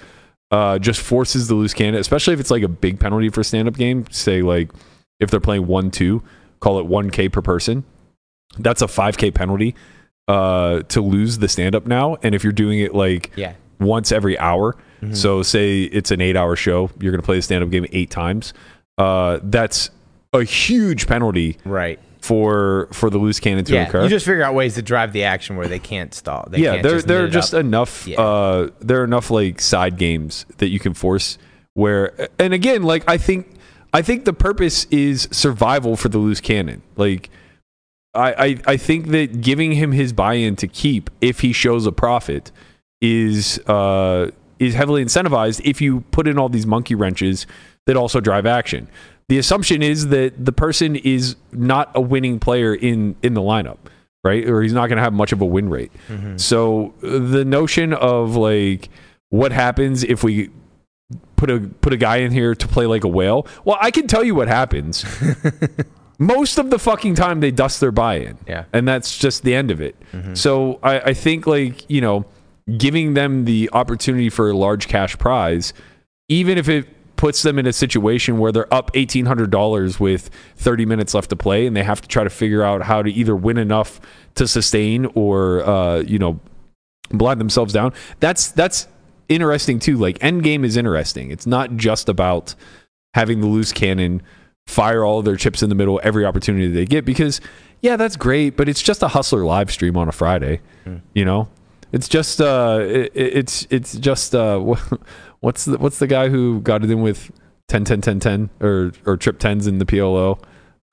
uh, just forces the loose cannon, especially if it's like a big penalty for stand up game. Say like if they're playing one two, call it one k per person that's a 5k penalty uh to lose the stand up now and if you're doing it like
Yeah.
once every hour
Mhm.
so say it's an 8 hour show you're going to play the stand up game 8 times uh that's a huge penalty
right
for for the loose cannon to
yeah,
occur
you just figure out ways to drive the action where they can't stall. They
yeah
can't
there
just
there
knit
are
it
just
up.
enough uh there are enough like side games that you can force where and again like i think i think the purpose is survival for the loose cannon like I, I, I think that giving him his buy-in to keep if he shows a profit is uh, is heavily incentivized if you put in all these monkey wrenches that also drive action. The assumption is that the person is not a winning player in in the lineup, right? Or he's not going to have much of a win rate. So uh, the notion of like what happens if we put a put a guy in here to play like a whale. Well, I can tell you what happens. Most of the fucking time they dust their buy-in.
Yeah.
And that's just the end of it. So I, I think like, you know, giving them the opportunity for a large cash prize, even if it puts them in a situation where they're up eighteen hundred dollars with thirty minutes left to play and they have to try to figure out how to either win enough to sustain or uh, you know, blind themselves down. That's that's interesting too. Like Endgame is interesting. It's not just about having the loose cannon fire all their chips in the middle every opportunity they get because yeah, that's great, but it's just a hustler live stream on a Friday, you know. It's just uh, it, it- it's it's just uh, wha- what's the, what's the guy who got it in with 10 10 10 10 or or trip tens in the PLO,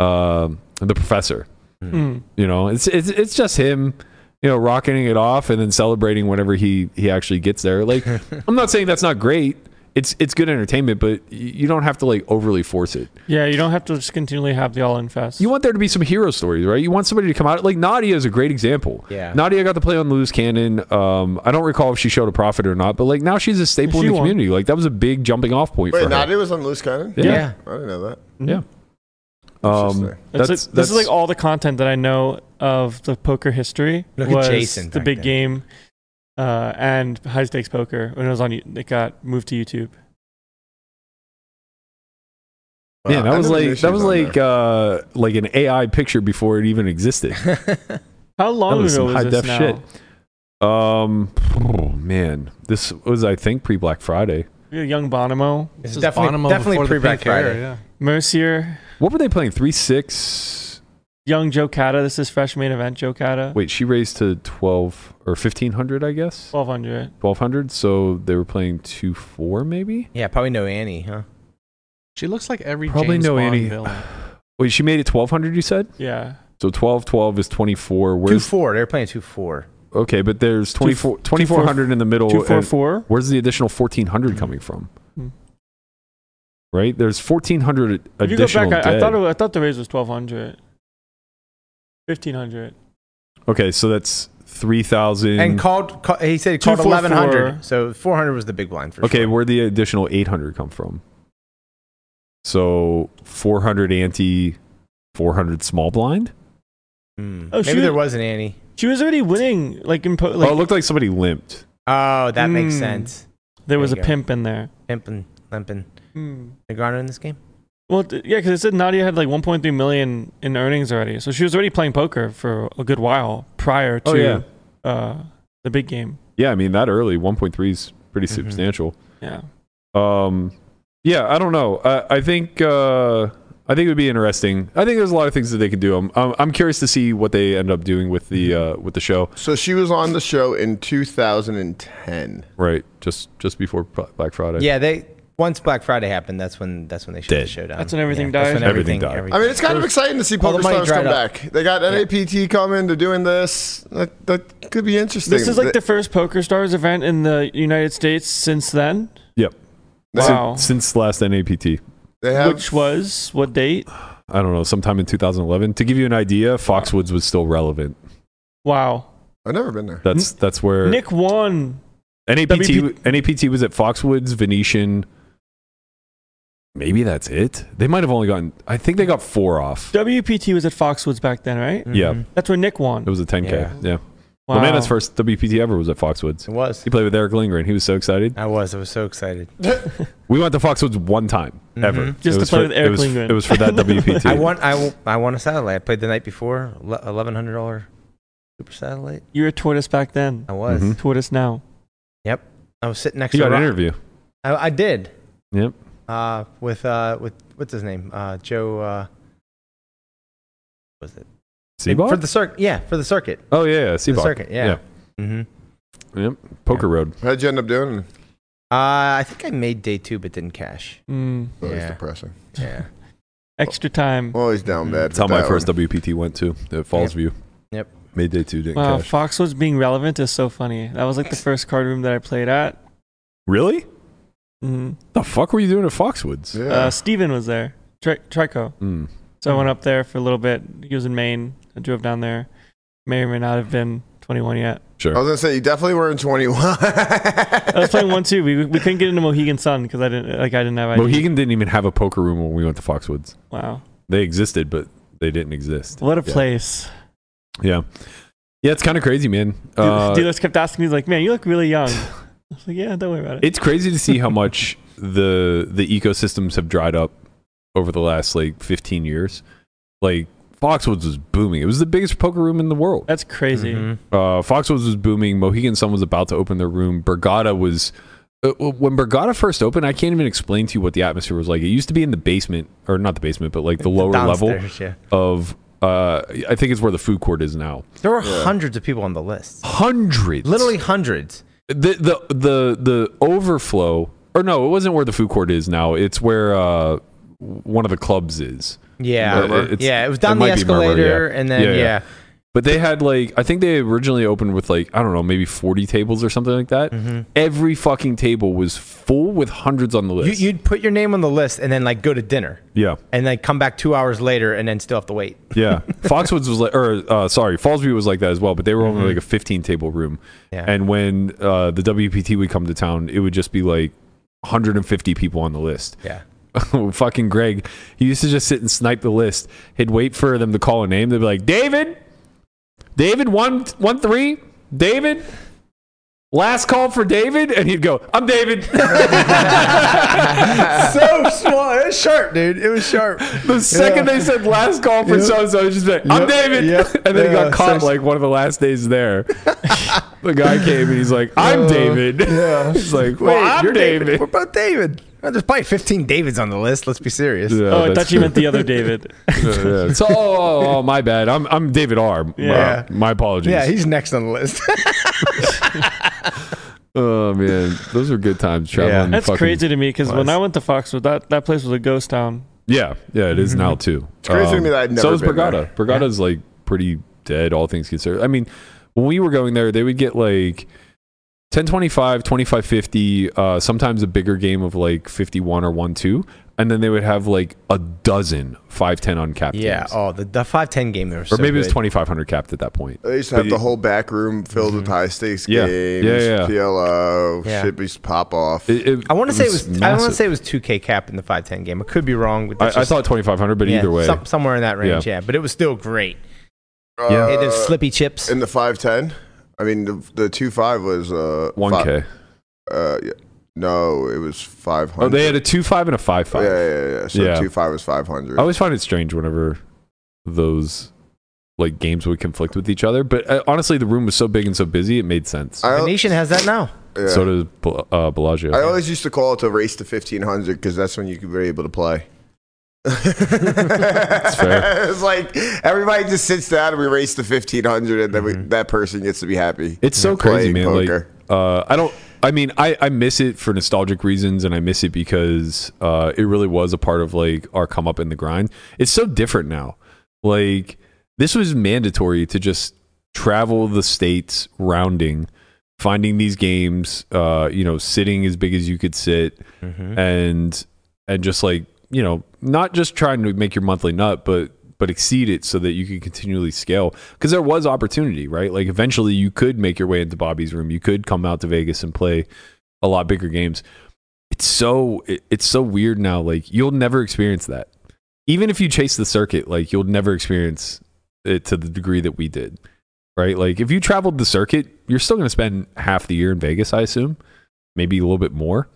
Um the professor.
Mm.
You know, it's it's it's just him, you know, rocketing it off and then celebrating whenever he he actually gets there. Like, I'm not saying that's not great. It's it's good entertainment, but y- you don't have to like overly force it.
Yeah, you don't have to just continually have the all in fest.
You want there to be some hero stories, right? You want somebody to come out. Like Nadia is a great example.
Yeah.
Nadia got to play on the loose cannon. Um, I don't recall if she showed a profit or not, but like now she's a staple in
She
the
won.
community. Like that was a big jumping off point for
Wait,
her.
Nadia was on Loose Cannon?
Yeah. Yeah.
I didn't know that.
Yeah. Um,
That's
that's,
like- this is like all the content that I know of the poker history.
Look at
was
Jason
the
back
big
then.
game, uh, and high stakes poker. When it was on, you- it got moved to YouTube.
yeah,
Wow,
that
I
was
never knew
like
she
that
was
was
on
like uh, like an AI picture before it even existed.
How
that
long
was
ago was
some high
this
def
now?
shit. Um, oh, man, this was I think pre Black Friday.
We had Young Bonomo.
This is definitely- Bonomo definitely before the pre-Black Pink era, Friday. yeah.
Mercier.
What were they playing? Three six.
Young Joe Cata. This is fresh main event Joe Cata.
Wait, she raised to twelve or fifteen hundred, I guess.
Twelve hundred.
Twelve hundred. So they were playing two four, maybe.
Yeah, probably no Annie, huh?
She looks like every
Probably
James
no
Bond
Annie.
villain.
Wait, she made it twelve hundred. You said.
Yeah.
So 12, 12 is twenty four.
Two
Where's
four. They were playing two four.
okay, but there's
Two f-
24 2400 in the middle.
two four
and
four?
Where's the additional fourteen hundred coming from?
Hmm.
Right, there's fourteen hundred
If you go
additional.
back, I, I
dead.
thought it, was- I thought the raise was twelve hundred. Fifteen hundred.
Okay, so that's three thousand.
And called, ca- he said he
Two
called
four
1100. So 400 was the big blind for
okay, where the additional eight hundred come from? So four hundred ante, four hundred small blind.
Hmm.
Oh,
Maybe
she-
there was an Annie.
She was already winning. Like in po- like
oh, it looked like somebody limped.
Oh, that makes
Mm.
Hmm.
sense.
there was a
you go.
pimp in there.
Pimpin', limpin'.
Hmm.
Negrano in this game?
Well, th- yeah, because it said Nadia had like 1.3 million in earnings already, so she was already playing poker for a good while prior to
Oh,
uh, the big game.
Yeah, I mean that early one point three is pretty substantial.
Yeah.
Um, yeah, I don't know. I, I think uh, I think it would be interesting. I think there's a lot of things that they could do. I'm, I'm, I'm curious to see what they end up doing with the uh, with the show.
So she was on the show in 2010.
Right, just just before Bla- Black Friday.
Yeah, they once Black Friday happened, that's when that's when they showed the showdown.
That's when everything
that's
died?
when
Everything
everything,
died.
everything-
I mean, it's kind of exciting to see
All the
poker
money
stars
dried
come
up.
back. They got NAPT coming. They're doing this. That, that could be interesting.
This is like
They-
the first Poker Stars event in the United States since then,
Yep.
Wow.
Since, since last NAPT.
they have
which was what date?
I don't know, sometime in 2011. To give you an idea, Foxwoods was still relevant.
Wow.
I've never been there.
That's that's where
Nick won.
NAPT
WP
NAPT was at Foxwoods, Venetian. Maybe that's it. They might have only gotten. I think they got four off.
WPT was at Foxwoods back then, right?
Mm-hmm.
Yeah,
That's where Nick won.
it was a 10k.
Yeah.
Yeah.
Wow.
Lamanna's first WPT ever was at Foxwoods.
It was.
He played with Eric Lindgren. He was so excited.
I was. I was so excited.
We went to Foxwoods one time ever.
Mhm.
It
Mm-hmm. Just to
was
play
for-
with Eric
it was,
Lindgren.
It was for that WPT.
I won. I, w- I won a satellite. I played the night before. Eleven hundred dollar super satellite.
You were a tortoise back then.
I was.
Mhm.
Tortoise now.
Yep. I was sitting next
He
to.
got an
Ro-
interview.
I, I did.
Yep.
Uh, with uh, with what's his name? Uh, Joe. Uh, what was it
Seabot?
for the circuit? Yeah, for the circuit.
oh yeah, yeah.
For the
Seabot.
circuit. Yeah. Mm-hmm.
yeah. Yep. Poker Road.
How'd you end up doing?
Uh, I think I made day two, but didn't cash.
Mm.
That was
Yeah.
depressing.
Yeah.
oh,
Extra time.
I'm always down bad.
That's
for
how my
that
first
one.
WPT went to at Fallsview.
Yep.
Made day two didn't
Wow,
cash.
Foxwoods being relevant is so funny. That was like the first card room that I played at.
Really?
hmm
The fuck were you doing at Foxwoods?
Yeah.
Uh, Steven was there, Tri- Trico.
Mm.
So I went up there for a little bit. He was in Maine. I drove down there. May or may not have been 21 yet.
I was gonna say you definitely were in 21.
I was playing one two. We, we couldn't get into Mohegan Sun because I didn't like I didn't have ID.
Mohegan didn't even have a poker room when we went to Foxwoods.
Wow,
They existed, but they didn't exist.
what a
Yeah.
place!
Yeah. Yeah, it's kind of crazy, man.
Dude,
Uh,
dealers kept asking me like, "Man, you look really young." I was like, "Yeah, don't worry about it."
it's crazy to see how much the the ecosystems have dried up over the last like 15 years. Like Foxwoods was booming. It was the biggest poker room in the world.
That's crazy.
Mm-hmm.
Mm-hmm.
Uh, Foxwoods was booming. Mohegan Sun was about to open their room. Bergada was uh, when Borgata first opened, I can't even explain to you what the atmosphere was like. It used to be in the basement, or not the basement, but like the lower level
downstairs, yeah.
of. Uh, I think it's where the food court is now.
There were
Yeah.
hundreds of people on the list.
Hundreds,
literally hundreds.
The the the the overflow, or no, it wasn't where the food court is now. It's where uh, one of the clubs is.
Yeah.
Uh, it's-
Yeah, it was down the
might be
escalator, and then- yeah.
But they had like I think they originally opened with like I don't know maybe forty tables or something like that. Every fucking table was full with hundreds on the
Mm-hmm. You,
list.
you'd put your name on the list and then like go to dinner
yeah,
and then come back two hours later and then still have to wait.
Yeah, Foxwoods was like, or uh, sorry, Fallsview was like that as well. But they were only like a fifteen table room.
Mm-hmm. Yeah.
And when uh, the WPT would come to town, it would just be like 150 people on the list.
Yeah.
Fucking Greg, he used to just sit and snipe the list. He'd wait for them to call a name. They'd be like, David, David, one one three, David. Last call for David, and he'd go, "I'm David."
so small. It was sharp, dude. It was sharp.
The second they said last call for
Yep.
so and so, it's just like, I'm
Yep,
David.
yep.
And then he
Yeah,
got caught
so-
like one of the last days there. the guy came and he's like, I'm
Uh,
David.
yeah.
He's like, well, I'm
you're
David.
We're both David. Well, there's probably 15 Davids on the list. Let's be serious.
Yeah,
Oh, I
that's
thought you
true.
meant the other David.
Yeah, yeah. So, oh, oh, oh, my bad. I'm, I'm David R.
Yeah.
My, my apologies.
Yeah, he's next on the list.
oh, man. Those are good times traveling.
Yeah.
That's
fucking-
crazy to me because when I went to Foxwood, that, that place was a ghost town.
Yeah. Yeah, it is now, too.
Mm-hmm. It's
Um,
crazy to me that I'd
So
never
is
been
Brigada.
there.
Brigada's like pretty dead, all things considered. I mean, when we were going there, they would get like. 1025 2550 uh sometimes a bigger game of like 51 or 1 2 and then they would have like a dozen 510 uncapped
yeah.
games.
Oh, the, the 510 game there was
or
so
maybe it was
good.
2500 capped at that point
They used to
But
have the
you-
whole back room filled with high stakes
Yeah.
games,
Yeah, yeah.
PLO,
Yeah.
shit used to pop off.
it- it-
I want to say it was. I want to
massive.
say it was 2K cap in the 510 game. I could be wrong. With
I, I thought 2500 but either way
somewhere in that range. Yeah.
Yeah.
but it was still great.
Yeah.
Hey, there's slippy chips.
Uh, in the five ten. I mean, the the two five was uh
1K.
five- Uh, yeah. no, it was five
oh
hundred.
they had a 2 5 and a 5
yeah,
5
yeah, yeah. So
Yeah.
two five was five hundred.
I always find it strange whenever those like games would conflict with each other. But uh, honestly, the room was so big and so busy, it made sense.
I-
The nation has that now.
Yeah.
So does Bel- uh, Bellagio.
I always used to call it the race to fifteen hundred because that's when you were able to play.
fair.
it's like everybody just sits down and we race to fifteen hundred, and then we, that person gets to be happy.
Mm-hmm. it's so
They're
crazy,
playing
man.
poker.
Like, uh, I don't. I mean, I, I miss it for nostalgic reasons, and I miss it because uh, it really was a part of like our come up in the grind. It's so different now. Like this was mandatory to just travel the states rounding, finding these games. Uh, you know, sitting as big as you could sit, and and just like you know, not just trying to make your monthly nut, but but exceed it so that you can continually scale because there was opportunity, right? Like eventually you could make your way into Bobby's room. You could come out to Vegas and play a lot bigger games. It's so it- it's so weird now. Like you'll never experience that. Even if you chase the circuit, like you'll never experience it to the degree that we did. Right? Like if you traveled the circuit, you're still going to spend half the year in Vegas, I assume. Maybe a little bit more.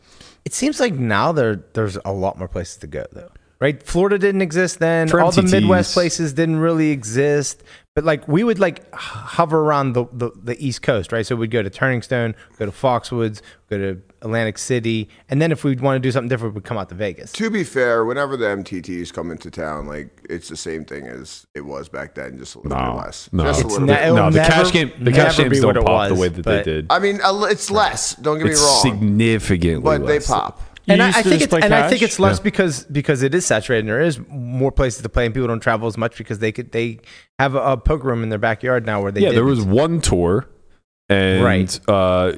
It seems like now there there's a lot more places to go though. Right? Florida didn't exist then.
For
All the
MTTs.
Midwest places didn't really exist. But like we would like h- hover around the, the, the East Coast, right? So we'd go to Turning Stone, go to Foxwoods, go to Atlantic City, and then if we'd want to do something different, we'd come out to Vegas.
To be fair, whenever the MTTs come into town, like it's the same thing as it was back then, just a little
No,
bit less.
no.
just a
It's
little
ne-
bit.
it'll No, the
never-
cash game- the cash
never
games
be
don't
what it
pop the
was,
way that they
but-
did.
I mean, a li- it's less. Don't get
it's
me wrong.
significantly
But they
less.
pop.
and
You
I,
used
I
to
think
just
it's
play
and I
cash?
think it's less
Yeah.
because because it is saturated and there is more places to play and people don't travel as much because they could they have a, a poker room in their backyard now where they
yeah, there
didn't.
was one tour and
Right.
uh,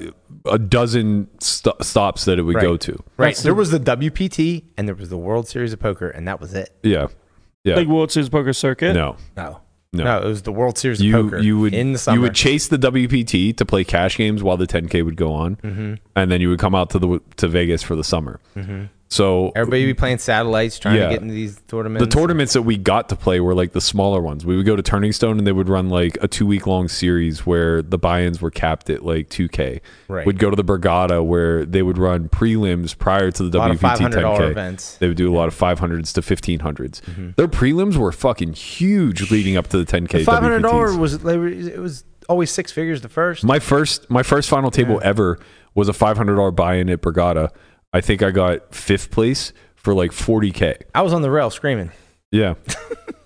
a dozen st- stops that it would
Right.
go to.
right there was the WPT and there was the World Series of Poker and that was it.
Yeah, yeah.
Like World Series Poker Circuit.
no,
No.
No.
it was the World Series of
you
Poker.
you would
in the summer.
you would chase the WPT to play cash games while the 10K would go on,
Mhm.
and then you would come out to the to Vegas for the summer.
Mhm.
So
Everybody would be playing satellites, trying
Yeah.
to get into these tournaments.
the tournaments that we got to play were like the smaller ones. We would go to Turning Stone and they would run like a two week long series where the buy-ins were capped at like 2k.
Right.
We'd go to the Bergada where they would run prelims prior to the
A lot of
WPT
$500
10k.
events. Mm-hmm.
They would do a lot of 500s to 1500s. Their prelims were fucking huge leading up to the 10k.
The five hundred
WPTs.
dollars was they were- it was always six figures the first.
My first my first final table ever was a five hundred dollar buy in at Brigada. I think I got fifth place for like forty K.
I was on the rail screaming.
Yeah.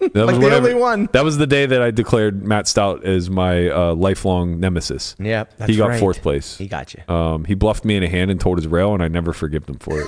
That
Like the
when I-
only one.
That was the day that I declared Matt Stout as my uh, lifelong nemesis.
Yep, that's
he got
right.
fourth place.
He got you.
Um, he bluffed me in a hand and told his rail, and I never forgive him for it.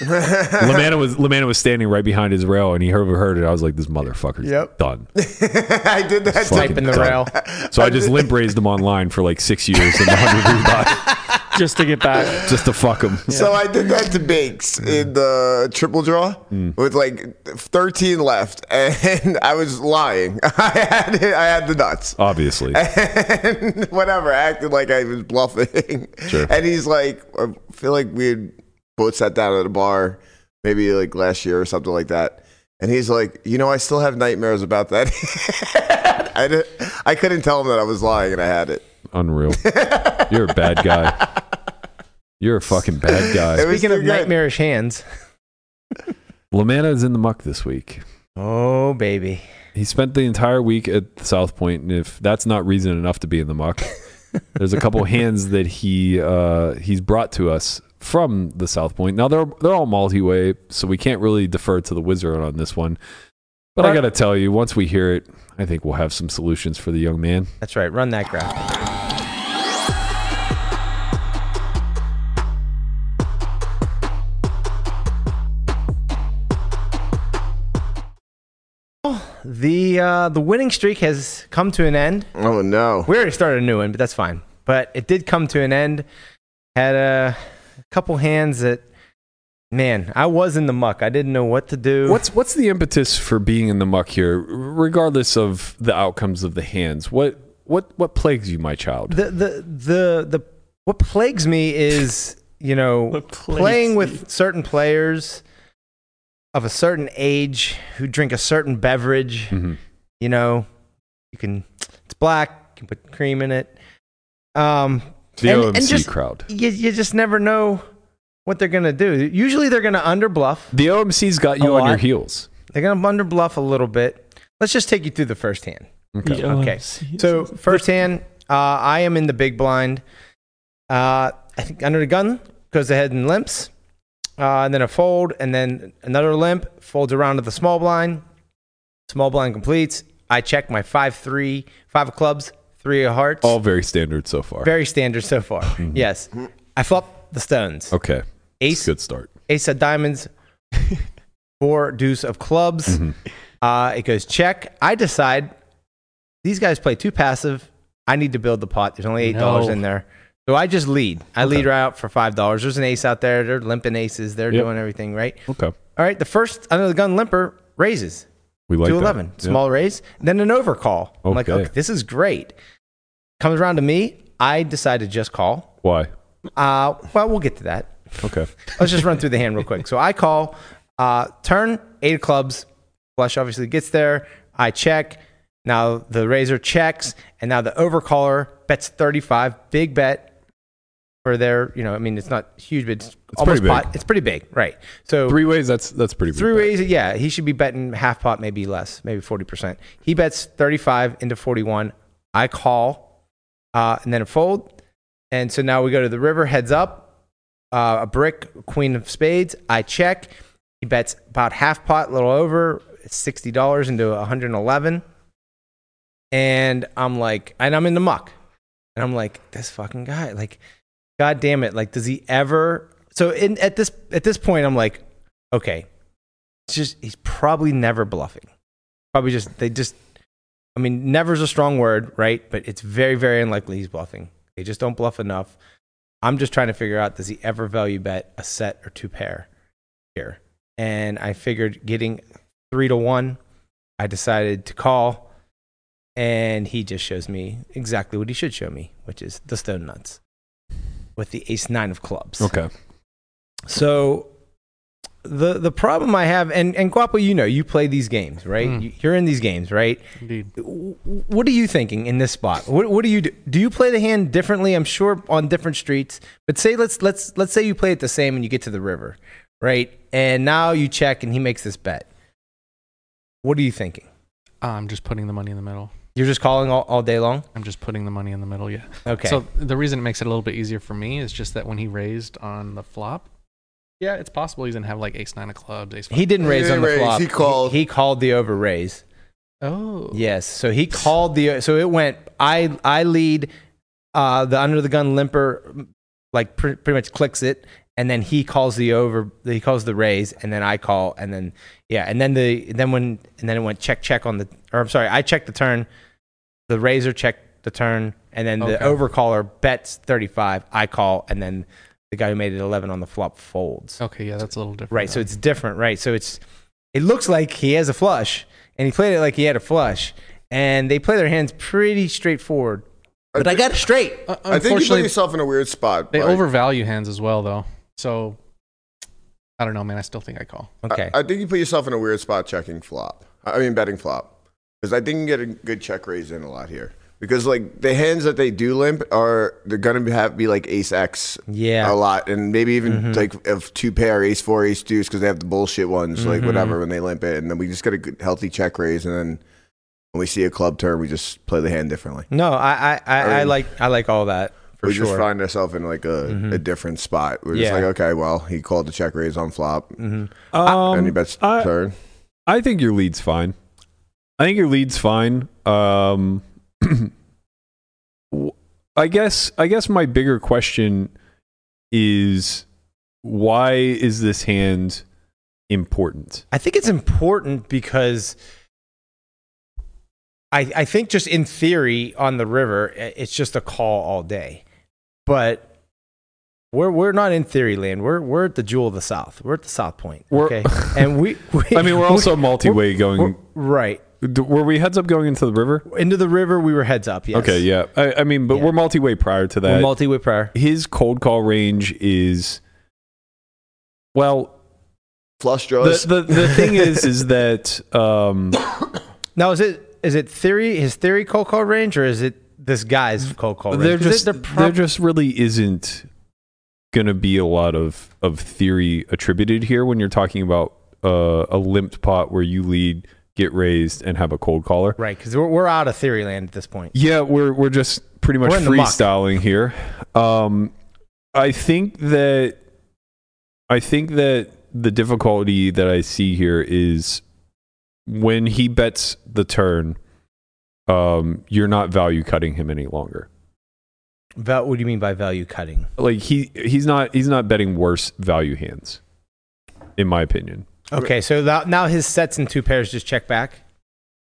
Lamanna was Lamanna was standing right behind his rail, and he overheard it. I was like, "This motherfucker's
Yep.
done."
I did that.
Fucking done. So I just limp raised him online for like six years in the hundred rebound,
just to get back,
just to fuck him.
So I did that to Bakes in the triple draw with like 13 left, and I was lying. I had it, I had the nuts.
Oh. Obviously.
and whatever, I acted like I was bluffing.
Sure.
And he's like, I feel like we had both sat down at a bar, maybe like last year or something like that. And he's like, you know, I still have nightmares about that. I, did, I couldn't tell him that I was lying and I had it.
Unreal. You're a bad guy. You're a fucking bad guy.
Speaking of nightmarish hands,
Lamanna is in the muck this week.
Oh baby.
He spent the entire week at South Point, and if that's not reason enough to be in the muck, there's a couple hands that he uh, he's brought to us from the South Point. Now they're they're all multi-way, so we can't really defer to the wizard on this one. But, I
But-
gotta tell you, once we hear it, I think we'll have some solutions for the young man.
that's right. Run that graph. The uh, the winning streak has come to an end.
Oh no!
We already started a new one, but that's fine. But it did come to an end. Had a, couple hands that, man, I was in the muck. I didn't know what to do.
What's what's the impetus for being in the muck here, regardless of the outcomes of the hands? What what what plagues you, my child?
the the the the what plagues me is you know
plagues
playing with certain players of a certain age who drink a certain beverage.
Mm-hmm.
You know, you can it's black. You can put cream in it. Um,
The OMC
just-
crowd.
You, you just never know what they're gonna do. Usually they're gonna underbluff.
The OMC's got
A
you on your
lot.
heels.
They're gonna underbluff a little bit. Let's just take you through the first hand.
Okay.
Yeah.
Okay. So first hand, uh, I am in the big blind. Uh, I think under the gun goes ahead and limps, uh, and then a fold, and then another limp folds around to the small blind. Small blind completes. I check my five three five of clubs, three of hearts.
All very standard so far.
Very standard so far. yes. I flop the stones.
Okay.
Ace.
Good start.
Ace of diamonds, four deuce of clubs.
Mm-hmm.
Uh, it goes check. I decide these guys play too passive. I need to build the pot. There's only eight dollars
No.
in there, so I just lead. I lead right out for five dollars. There's an ace out there. They're limping aces. They're
Yep.
doing everything right.
Okay.
All right. The first under the gun limper raises
We like
to
that.
11.
Yeah.
Small raise, then an overcall. I'm like,
Okay.
okay, this is great. Comes around to me. I decide to just call.
Why?
Uh, well, we'll get to that.
Okay.
Let's just run through the hand real quick. So I call, uh, turn, eight of clubs. Flush obviously gets there. I check. Now the razor checks, and now the overcaller bets 35. Big bet for their, you know, I mean, it's not huge, but it's, almost
pretty big.
pot. It's pretty big, right? So
Three ways. That's that's pretty. big
Three
bet.
ways, yeah. He should be betting half pot, maybe less, maybe forty percent. He bets thirty-five into forty-one. I call, uh, and then a fold, and so now we go to the river. Heads up, uh, a brick, queen of spades. I check. He bets about half pot, a little over sixty dollars into one hundred and eleven, and I'm like, and I'm in the muck, and I'm like, this fucking guy, like, god damn it, like, does he ever? So in, at this at this point, I'm like, okay, it's just he's probably never bluffing. Probably just they just I mean, never's a strong word, right? But it's very, very unlikely he's bluffing. They just don't bluff enough. I'm just trying to figure out does he ever value bet a set or two pair here? And I figured getting three to one, I decided to call, and he just shows me exactly what he should show me, which is the stone nuts with the ace nine of clubs.
Okay.
So the the problem I have, and and Guapo, you know, you play these games, right?
Mm.
You- You're in these games, right?
Indeed.
W- What are you thinking in this spot? What, what do you do? Do you play the hand differently? I'm sure on different streets, but say let's let's let's say you play it the same and you get to the river, right? And now you check and he makes this bet. What are you thinking?
Ah, I'm just putting the money in the middle.
You're just calling all, all day long.
I'm just putting the money in the middle. Yeah.
Okay.
So the reason it makes it a little bit easier for me is just that when he raised on the flop, yeah, it's possible he's gonna have like ace nine of clubs, ace.
He didn't raise on the flop. He called. He, called the over raise.
Oh.
Yes. So he called the. So it went. I I lead. Uh, the under the gun limper, like pre- pretty much clicks it, and then he calls the over. He calls the raise, and then I call, and then yeah, and then the then when and then it went check check on the. Or I'm sorry, I checked the turn. The raiser checked the turn, and then the
Okay.
overcaller bets 35. I call, and then the guy who made it 11 on the flop folds.
Okay, yeah, that's a little different.
Right. So it's different, right? So it's it looks like he has a flush, and he played it like he had a flush, and they play their hands pretty straightforward. But I got it straight.
I think you put yourself in a weird spot.
They
Mike.
overvalue hands as well, though. So I don't know, man. I still think I call.
Okay.
I, I think you put yourself in a weird spot checking flop. I mean betting flop because I think you get a good check raise in a lot here because like the hands that they do limp are they're gonna have be like ace X
Yeah.
a lot and maybe even
Mhm.
like if two pair ace four ace deuce because they have the bullshit ones like
Mhm.
whatever when they limp it and then we just get a good, healthy check raise and then when we see a club turn we just play the hand differently.
No, I I, I, I
Or-
like I like all that for
we
sure. Mm-hmm.
just find ourselves in like a, a different spot. We're just
Yeah.
like, okay, well, he called the check raise on flop,
Mm-hmm.
Um,
and he bets
I-
turn.
I think your lead's fine. I think your lead's fine. Um, w- I guess I guess my bigger question is why is this hand important?
I think it's important because I I think just in theory on the river i- it's just a call all day, but. We're, we're not in theory land. We're, we're at the jewel of the South. We're at the South Point.
We're-
okay. And we, we
I mean, we're also multi-way
we're-
going.
right.
D- Were we heads up going into the river?
Into the river, we were heads up. Yes.
Okay, yeah. I, I mean, but we're multi-way prior to that.
We're multi with prayer.
His cold call range is well.
Flush
The,
draws.
the the thing is, is that um,
Now is it is it theory his theory cold call range or is it this guy's cold call range?
there
'Cause
just
they're
there
prob-
just really isn't going to be a lot of of theory attributed here when you're talking about uh, a limped pot where you lead, get raised, and have a cold caller.
right because we're, we're out of theory land at this point.
Yeah, we're we're just pretty much
We're in the muck.
freestyling here. Um, I think that I think that the difficulty that I see here is when he bets the turn, um, you're not value cutting him any longer.
Val, what do you mean by value cutting?
Like he he's not he's not betting worse value hands, in my opinion.
Okay, so that, now his sets and two pairs just check back.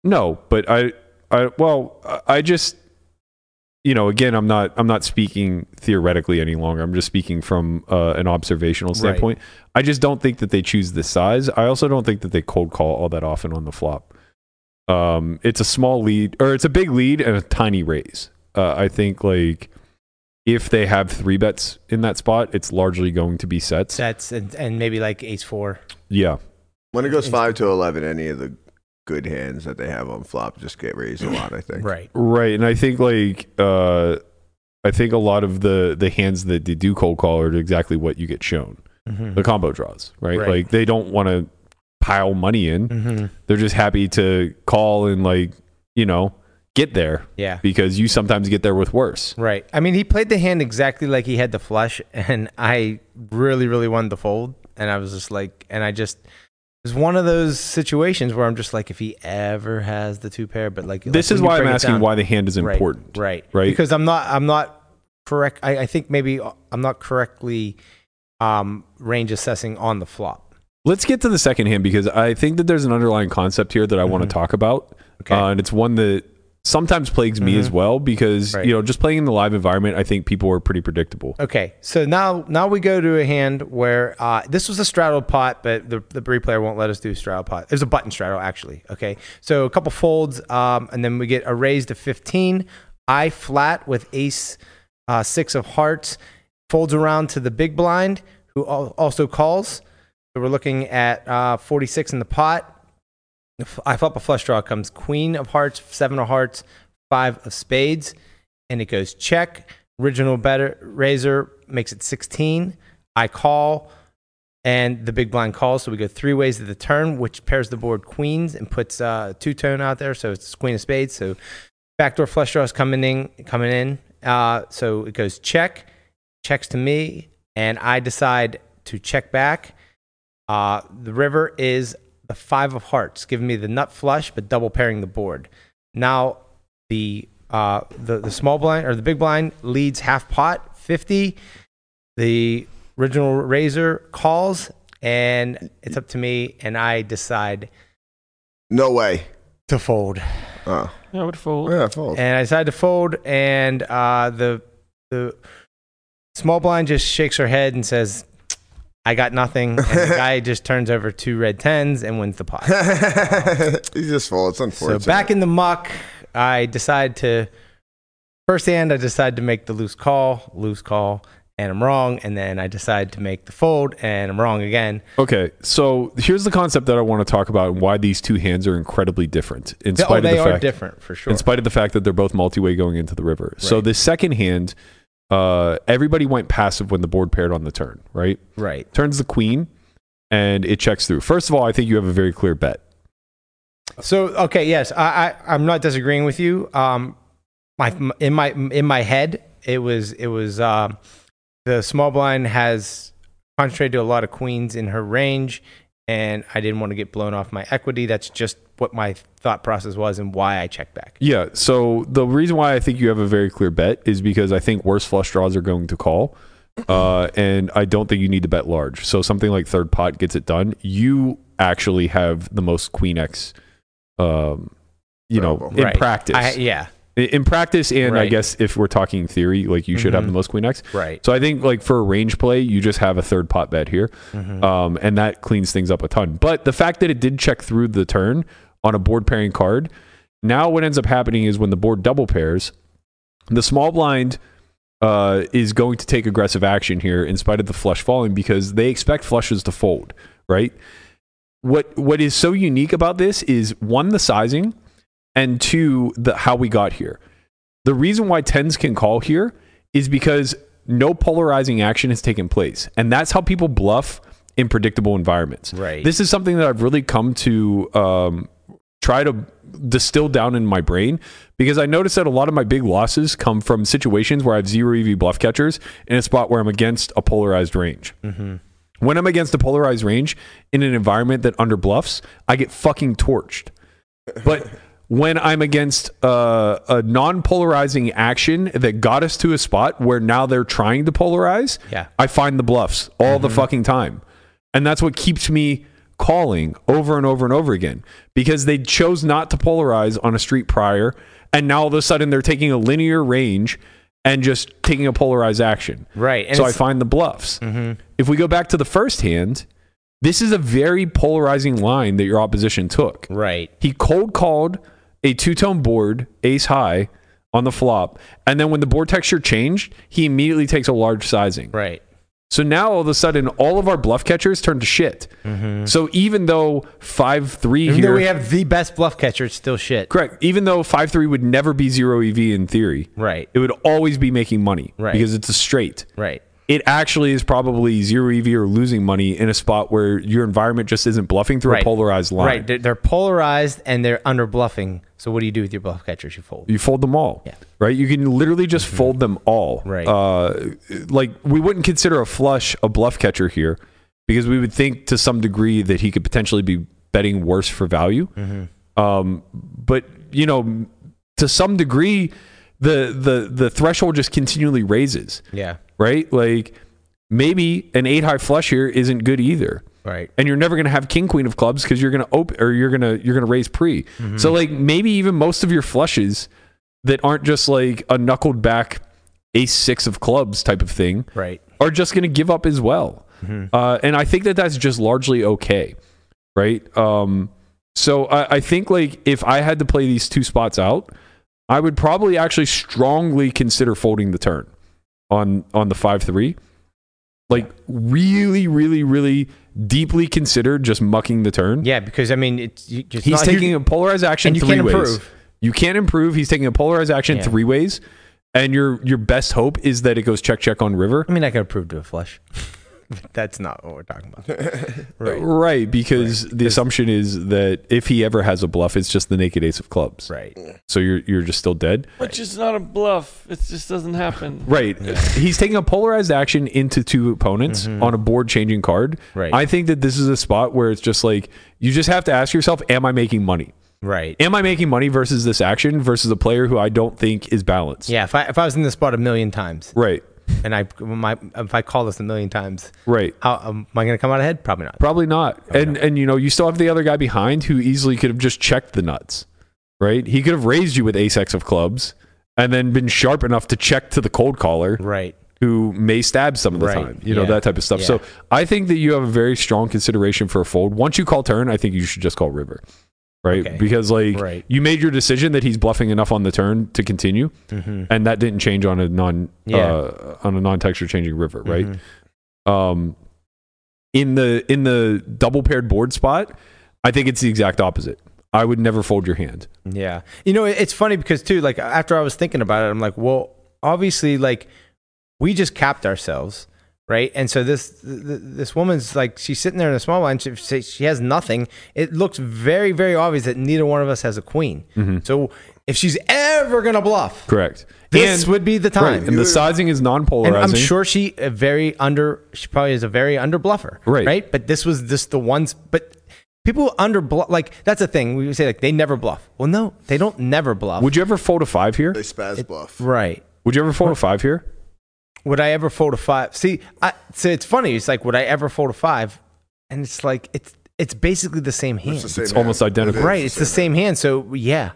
No, but I, I well, I- I just, you know, again, I'm not, I'm not speaking theoretically any longer. I'm just speaking from uh, an observational
Right.
standpoint. I just don't think that they choose this size. I also don't think that they cold call all that often on the flop. Um, it's a small lead, or it's a big lead and a tiny raise. Uh, I think like if they have three bets in that spot, it's largely going to be sets.
Sets and, and maybe like ace four.
Yeah.
When it goes five to eleven, any of the good hands that they have on flop just get raised a lot. I think.
Right.
Right, and I think like uh, I think a lot of the the hands that they do cold call are exactly what you get shown.
Mhm.
The combo draws, right?
Right.
Like they don't want to pile money in.
Mhm.
They're just happy to call and like you know get there.
Yeah.
because you sometimes get there with worse.
Right. I mean, he played the hand exactly like he had the flush, and I really, really wanted to fold. And I was just like, and I just, it was one of those situations where I'm just like, if he ever has the two pair, but like,
This
like,
is
when you
why I'm
break it
asking
down-
why the hand is
Right,
important.
Right.
Right.
Because I'm not, I'm not correct. I, I think maybe uh, I'm not correctly um, range assessing on the flop.
Let's get to the second hand because I think that there's an underlying concept here that I
Mm-hmm.
want to talk about. Uh, and it's one that sometimes plagues me
Mm-hmm.
as well because, you know, just playing in the live environment, I think people are pretty predictable.
Okay, so now now we go to a hand where uh, this was a straddle pot, but the, the replayer won't let us do straddle pot. It was a button straddle actually. Okay, so a couple folds, um, and then we get a raise to fifteen, I flat with ace uh, six of hearts, folds around to the big blind who al- also calls. So we're looking at uh, forty six in the pot. If I flop a flush draw comes queen of hearts, seven of hearts, five of spades, and it goes check. Original better razor makes it 16. I call. and the big blind calls. So we go three ways to the turn, which pairs the board queens and puts uh, two tone out there. So it's queen of spades. So backdoor flush draws coming in, coming in. Uh, so it goes check, checks to me, and I decide to check back. Uh, the river is the five of hearts, giving me the nut flush, but double pairing the board. Now the uh, the the small blind or the big blind leads half pot fifty. The original razor calls, and it's up to me, and I decide
No way.
to fold.
Oh.
I would fold.
Yeah, fold.
And I decided to fold, and uh, the the small blind just shakes her head and says, "I got nothing." And the guy just turns over two red tens and wins the pot.
He's just full. It's
so
unfortunate.
back in the muck, I decide to first hand. I decide to make the loose call, loose call, and I'm wrong. And then I decide to make the fold, and I'm wrong again.
Okay, so here's the concept that I want to talk about and why these two hands are incredibly different. In
Yeah, oh,
spite
they
of the
are
fact,
different, for sure.
In spite of the fact that they're both multi-way going into the river. So the second hand, uh, everybody went passive when the board paired on the turn, right?
Right.
Turns the queen, and it checks through. First of all, I think you have a very clear bet.
So okay, yes, I, I I'm not disagreeing with you. Um, my in my in my head, it was it was um, the small blind has concentrated a lot of queens in her range, and I didn't want to get blown off my equity. That's just what my thought process was and why I checked back.
Yeah. So the reason why I think you have a very clear bet is because I think worse flush draws are going to call. Uh, and I don't think you need to bet large. So something like third pot gets it done. You actually have the most queen X, um, you know, in
Right.
practice.
I- yeah.
I- In practice, and I
Right.
guess if we're talking theory, like you should have
Mhm.
the most queen X.
Right.
So I think like for a range play, you just have a third pot bet here, um, and that cleans things up a ton. But the fact that it did check through the turn on a board pairing card, now what ends up happening is when the board double pairs, the small blind uh, is going to take aggressive action here in spite of the flush falling because they expect flushes to fold, right? What what is so unique about this is one the sizing, and two the how we got here. The reason why tens can call here is because no polarizing action has taken place, and that's how people bluff in predictable environments.
Right.
This is something that I've really come to um, try to distill down in my brain because I noticed that a lot of my big losses come from situations where I have zero EV bluff catchers in a spot where I'm against a polarized range.
Mm-hmm.
When I'm against a polarized range in an environment that under bluffs, I get fucking torched. But when I'm against uh, a non polarizing action that got us to a spot where now they're trying to polarize,
Yeah. Mm-hmm.
I find the bluffs all the fucking time. And that's what keeps me calling over and over and over again because they chose not to polarize on a street prior. And now all of a sudden they're taking a linear range and just taking a polarized action.
Right. And
so I
it's-
find the bluffs. If we go back to the first hand, this is a very polarizing line that your opposition took.
Right.
He cold called a two tone board, ace high on the flop. And then when the board texture changed, he immediately takes a large sizing.
Right.
So now all of a sudden, all of our bluff catchers turn to shit. So even though 5 3
Mm-hmm. Even
here.
though we have the best bluff catcher, it's still shit.
Correct. Even though five three would never be zero EV in theory,
Right.
It would always be making money,
Right.
Because it's a straight,
Right.
It actually is probably zero EV or losing money in a spot where your environment just isn't bluffing through a
Right.
polarized line.
Right. They're, they're polarized and they're under bluffing. So what do you do with your bluff catchers? You fold.
You fold them all,
Yeah. Mm-hmm.
right? You can literally just fold them all,
Right.
Uh, like we wouldn't consider a flush a bluff catcher here, because we would think to some degree that he could potentially be betting worse for value.
Mm-hmm.
Um, but you know, to some degree, the the the threshold just continually raises,
Yeah.
right? Like maybe an eight high flush here isn't good either
Right.
and you're never going to have king queen of clubs because you're going to open or you're going to you're going to raise pre. So like maybe even most of your flushes that aren't just like a knuckled back ace six of clubs type of thing
Right.
are just going to give up as well.
Mm-hmm.
Uh, and I think that that's just largely okay, right? Um, so I, I think like if I had to play these two spots out, I would probably actually strongly consider folding the turn on on the five three like really, really, really deeply considered just mucking the turn.
Yeah, because I mean, it's you- it's
he's
not-
taking
you-
a polarized action
and you
three
can't
ways.
improve.
You can't improve. He's taking a polarized action
Yeah.
three ways, and your your best hope is that it goes check check on river.
I mean, I could approve to a flush. That's not what we're talking about.
Right, because the assumption is that if he ever has a bluff, it's just the naked ace of clubs.
Right.
So you're you're just still dead.
Which is not a bluff. It just doesn't happen.
Right. He's taking a polarized action into two opponents on a board changing card.
Mm-hmm. Right.
I think that this is a spot where it's just like you just have to ask yourself, am I making money?
Right.
Am I making money versus this action versus a player who I don't think is balanced?
Yeah, if I if I was in this spot a million times,
right,
and I my if I call this a million times,
right,
how um, am I going to come out ahead? Probably not.
Probably not. and and you know, you still have the other guy behind who easily could have just checked the nuts. Right? He could have raised you with ace x of clubs and then been sharp enough to check to the cold caller.
Right.
Who may stab some of the
Right.
time, you know,
Yeah.
that type of stuff. So
Yeah.
I think that you have a very strong consideration for a fold. Once you call turn, I think you should just call river. Right. Because like
Right.
you made your decision that he's bluffing enough on the turn to continue.
Mhm.
And that didn't change on a non
Yeah. Mm-hmm.
uh, on a non texture changing river, right? Um in the in the double paired board spot, I think it's the exact opposite. I would never fold your hand.
Yeah. You know, it- it's funny because too, like after I was thinking about it, I'm like, well, obviously, like we just capped ourselves, right? And so this th- th- this woman's like, she's sitting there in a small blind. She, she- she has nothing. It looks very, very obvious that neither one of us has a queen.
Mhm.
So if she's ever gonna bluff,
Correct.
This would be the time.
And the sizing is non
and
polarizing.
I'm sure she a very under, she probably is a very under bluffer,
Right.
Right. But this was just the ones, but. People under bluff, like that's the thing. We say like they never bluff. Well, no, they don't never bluff.
Would you ever fold a five here? They
spaz bluff.
Right.
Would you ever fold a five here?
Would I ever fold a five? See, I, so it's funny. It's like, would I ever fold a five? And it's like, it's it's basically the same hand.
the same It's hand. almost identical. It is
Right.
the
It's the same hand. So yeah,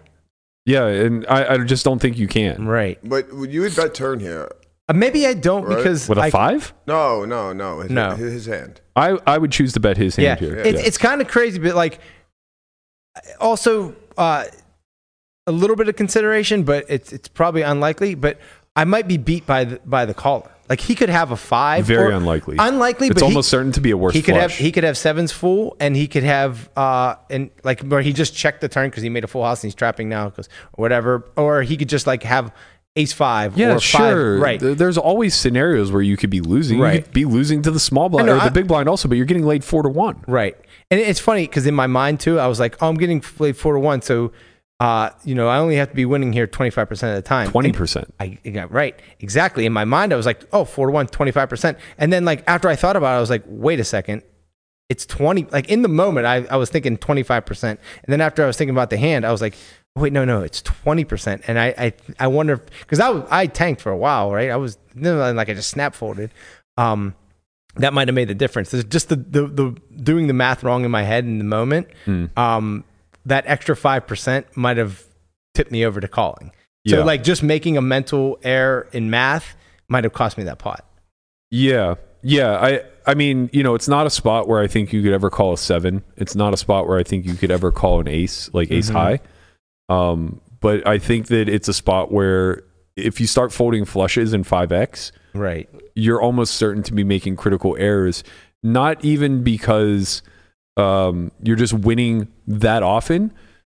Yeah, and I, I just don't think you can.
Right.
But you would bet turn here.
Uh, maybe I don't
Right.
because
With a
I-
five?
No, no, no. His,
No.
His hand.
I, I would choose to bet his
Yeah,
hand here.
it's it's kind of crazy, but like, also uh, a little bit of consideration, but it's it's probably unlikely. But I might be beat by the, by the caller. Like he could have a five.
very
or-
unlikely.
Unlikely.
It's
but he-
almost certain to be a worse
He could have
flush.
he could have sevens full, and he could have uh and like where he just checked the turn because he made a full house and he's trapping now because whatever, or he could just like have ace five.
yeah,
or
sure.
Five, right.
There- There's always scenarios where you could be losing. You
Right.
could be losing to the small blind
I know,
or the
I-
big blind also, but you're getting laid four to one.
Right. And it's funny because in my mind too, I was like, oh, I'm getting played four to one, so uh, you know, I only have to be winning here 25% of the time.
20%.
I I got right. Exactly. In my mind, I was like, oh, four to one, 25%. And then like after I thought about it, I was like, wait a second. It's 20. Like in the moment, I, I was thinking 25%. And then after I was thinking about the hand, I was like, wait, no, no, it's 20%. And I, I, I wonder, because I, was- I tanked for a while, right? I was then, like, I just snap folded. Um, that might have made the difference. There's just the, the, the doing the math wrong in my head in the moment. Um, that extra 5% might have tipped me over to calling. So
Yeah.
like just making a mental error in math might have cost me that pot.
Yeah. Yeah. I I mean, you know, it's not a spot where I think you could ever call a seven. It's not a spot where I think you could ever call an ace, like ace
Mhm.
high. Um, but I think that it's a spot where if you start folding flushes in five X,
Right.
you're almost certain to be making critical errors. Not even because um, you're just winning that often,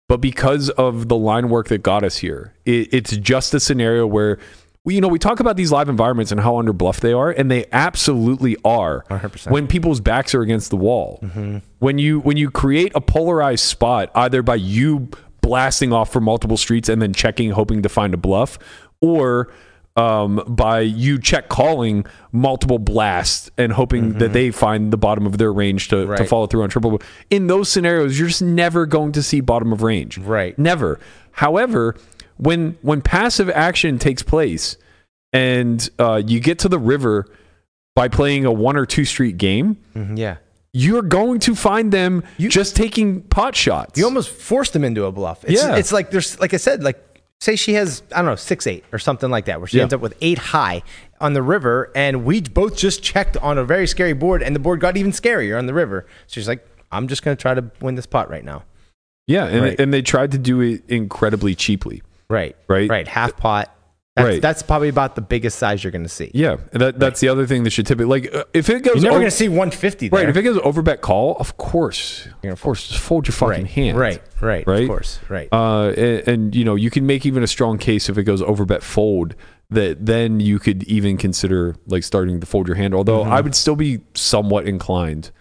but because of the line work that got us here. It, it's just a scenario where, we, you know, we talk about these live environments and how under bluff they are, and they absolutely are.
100%.
When people's backs are against the wall, when you when you create a polarized spot, either by you blasting off for multiple streets and then checking, hoping to find a bluff, or um, by you check calling multiple blasts and hoping that they find the bottom of their range to, to
Right.
follow through on triple. In those scenarios, you're just never going to see bottom of range.
Right.
Never. However, when when passive action takes place and uh, you get to the river by playing a one or two street game,
Mm-hmm. Yeah.
you're going to find them just taking pot shots. You
almost forced them into a bluff. It's,
yeah.
it's like there's like I said, like say she has I don't know six eight or something like that, where she
Yeah.
ends up with eight high on the river, and we both just checked on a very scary board, and the board got even scarier on the river. So she's like, I'm just gonna try to win this pot right now.
yeah, and,
Right.
and they tried to do it incredibly cheaply.
Right.
Right.
Right. Half pot. That's,
Right.
that's probably about the biggest size you're going to see.
Yeah, that, that's the other thing that should typically like uh, if it goes.
You're never
over-
going to see 150 there.
Right, if it goes over bet call, of course, of course, just fold your fucking
Right,
hand.
right, right, of
right,
course, right.
Uh, and, and you know you can make even a strong case if it goes over bet fold that then you could even consider like starting to fold your hand. Although I would still be somewhat inclined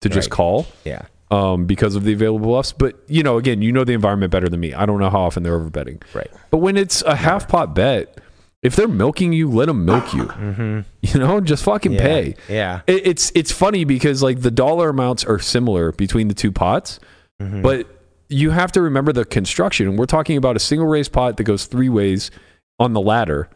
to just
Mm-hmm. Right.
call.
Yeah.
Um, because of the available bluffs, but you know, again, you know the environment better than me. I don't know how often they're over betting.
Right.
But when it's a half pot bet, if they're milking you, let them milk you. You know, just fucking
Mm-hmm. Yeah,
pay.
yeah.
It, it's it's funny because like the dollar amounts are similar between the two pots, but you have to remember the construction. And We're talking about a single raise pot that goes three ways on the ladder,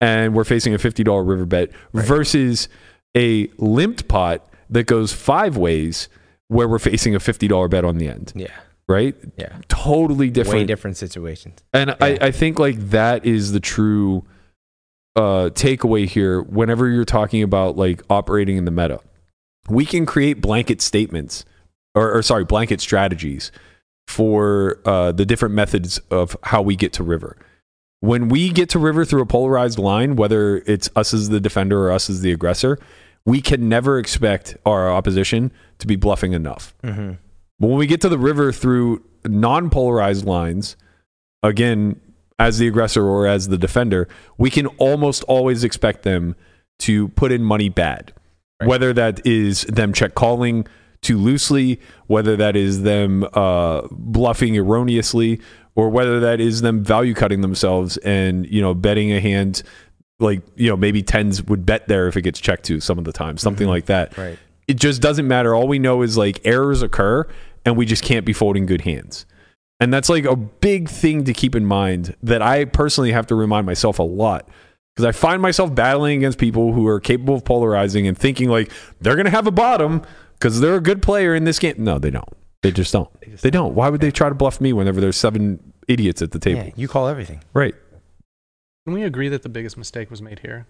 and we're facing a fifty dollar river bet versus a limped pot that goes five ways, where we're facing a fifty dollar bet on the end.
Yeah.
Right.
Yeah.
Totally different.
Way different situations.
And I, I think like that is the true uh, takeaway here. Whenever you're talking about like operating in the meta, we can create blanket statements or, or sorry, blanket strategies for uh, the different methods of how we get to river. When we get to river through a polarized line, whether it's us as the defender or us as the aggressor, we can never expect our opposition to be bluffing enough.
Mhm.
But when we get to the river through non polarized lines, again, as the aggressor or as the defender, we can almost always expect them to put in money bad. Whether that is them check calling too loosely, whether that is them uh, bluffing erroneously, or whether that is them value cutting themselves and, you know, betting a hand like, you know, maybe tens would bet there if it gets checked to some of the time, something like that
Right.
it just doesn't matter. All we know is like errors occur and we just can't be folding good hands. And that's like a big thing to keep in mind that I personally have to remind myself a lot because I find myself battling against people who are capable of polarizing and thinking like they're going to have a bottom because they're a good player in this game. No, they don't. They just don't. They, don't. Why would they try to bluff me whenever there's seven idiots at the table?
Yeah, you call everything.
Right.
Can we agree that the biggest mistake was made here?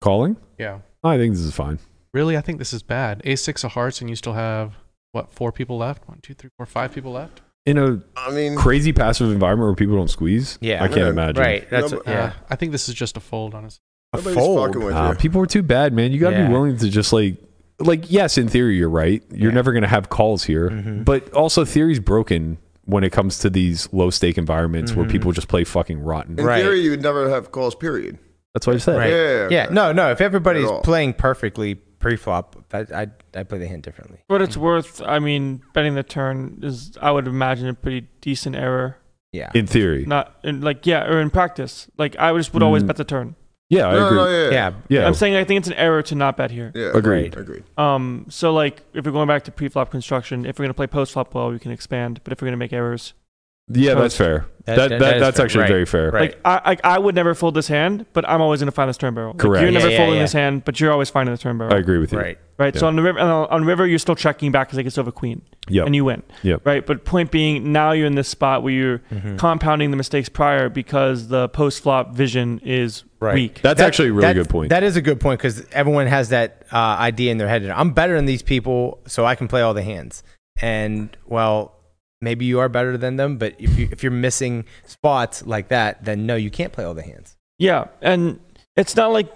Calling?
Yeah.
I think this is fine.
Really, I think this is bad. A six of hearts, and you still have what four people left? One, two, three, four, five people left.
In a
Mm.
crazy passive environment where people don't squeeze,
Yeah.
I can't
Right.
imagine.
Right. That's
Uh, I think this is just a fold, honestly.
a fold.
Nah, people are too bad, man. You got to
Yeah.
be willing to just like, like, yes, in theory, you're right. You're never going to have calls here,
Mm-hmm.
but also theory's broken when it comes to these low stake environments where
Mm-hmm.
Mhm.
people just play fucking rotten.
In theory, you would never have calls. Period.
That's what I said.
Right.
Yeah.
Yeah. No, no. If everybody's
uh, At all.
playing perfectly pre-flop, I, I, I play the hand differently.
But it's worth. I mean, betting the turn is. I would imagine a pretty decent error.
Yeah.
In theory.
Not in, like yeah, or in practice. Like I just would always
Mm.
bet the turn.
Yeah, I
No,
agree.
no, yeah,
yeah.
Yeah.
I'm saying I think it's an error to not bet here.
Yeah.
Agreed.
Agreed.
Um. So like, if we're going back to pre-flop construction, if we're gonna play post-flop well, we can expand. But if we're gonna make errors,
Yeah, that's
Post-
fair. That,
That-
that,
that- that is
that's
fair.
actually
Right.
very fair.
Right.
Like I, like I would never fold this hand, but I'm always gonna find this turn barrel. Like,
Correct.
you're
Yeah,
never
yeah,
folding
yeah.
this hand, but you're always finding the turn barrel.
I agree with you.
Right.
Right. So
Yeah.
on the river, on on river, you're still checking back because it gets over queen.
Yep.
And you win.
Yep. Mm.
Right. But point being, now you're in this spot where you're
Mm-hmm.
compounding the mistakes prior because the post flop vision is
Right.
weak.
That's
That-
actually a really
that-
good point.
That is a good point because everyone has that uh, idea in their head. I'm better than these people, so I can play all the hands. And well, maybe you are better than them, but if you if you're missing spots like that, then no, you can't play all the hands.
Yeah, and it's not like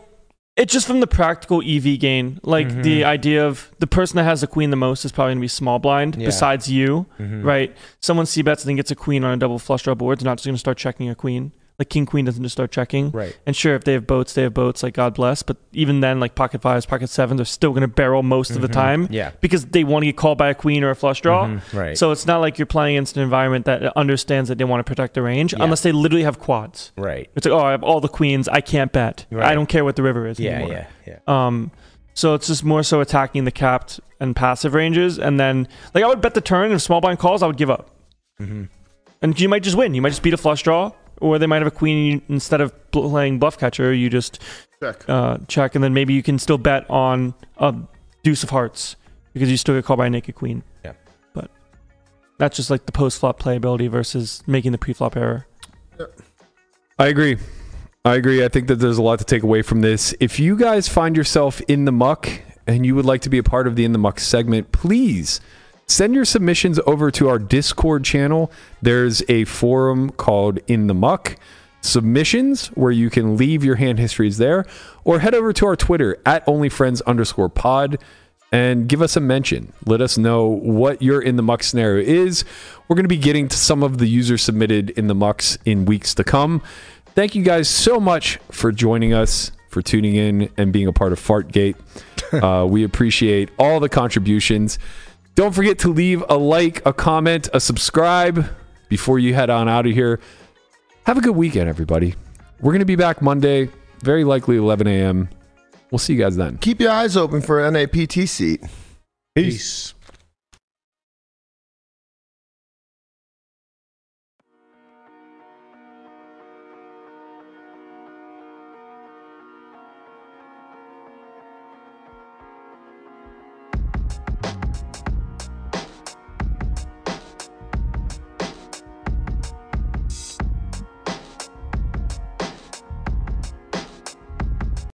it's just from the practical EV gain, like the
Mm-hmm.
idea of the person that has the queen the most is probably going to be small blind
Yeah.
besides you,
Mhm.
Mm-hmm.
right? Someone c bets and then gets a queen on a double flush draw board. They're not just going to start checking a queen. Like king queen doesn't just start checking.
Right.
And sure, if they have boats, they have boats. Like God bless. But even then, like pocket fives, pocket sevens are still going to barrel most of the time.
Mm-hmm. Yeah.
Because they want to get called by a queen or a flush draw.
Mhm. Right.
So it's not like you're playing against an environment that understands that they want to protect the range,
Yeah.
unless they literally have quads.
Right.
It's like, oh, I have all the queens. I can't bet.
Right.
I don't care what the river is.
Yeah,
anymore.
yeah, yeah.
Um, so it's just more so attacking the capped and passive ranges, and then like I would bet the turn if small blind calls, I would give up, and you might just win. You might just beat a flush draw, or they might have a queen. and you, instead of bl- playing bluff catcher, you just
Check.
uh, check, and then maybe you can still bet on a deuce of hearts because you still get called by a naked queen.
Yeah.
but that's just like the post flop playability versus making the pre flop error.
I agree. I agree. I think that there's a lot to take away from this. If you guys find yourself in the muck and you would like to be a part of the In the Muck segment, please send your submissions over to our Discord channel. There's a forum called In the Muck. submissions where you can leave your hand histories there, or head over to our Twitter at onlyfriends underscore pod and give us a mention. Let us know what your in the muck scenario is. We're going to be getting to some of the user submitted in the mucks in weeks to come. Thank you guys so much for joining us, for tuning in, and being a part of Fartgate. Uh, we appreciate all the contributions. Don't forget to leave a like, a comment, a subscribe before you head on out of here. Have a good weekend, everybody. We're going to be back Monday, very likely 11 a.m. We'll see you guys then.
Keep your eyes open for NAPT seat.
Peace.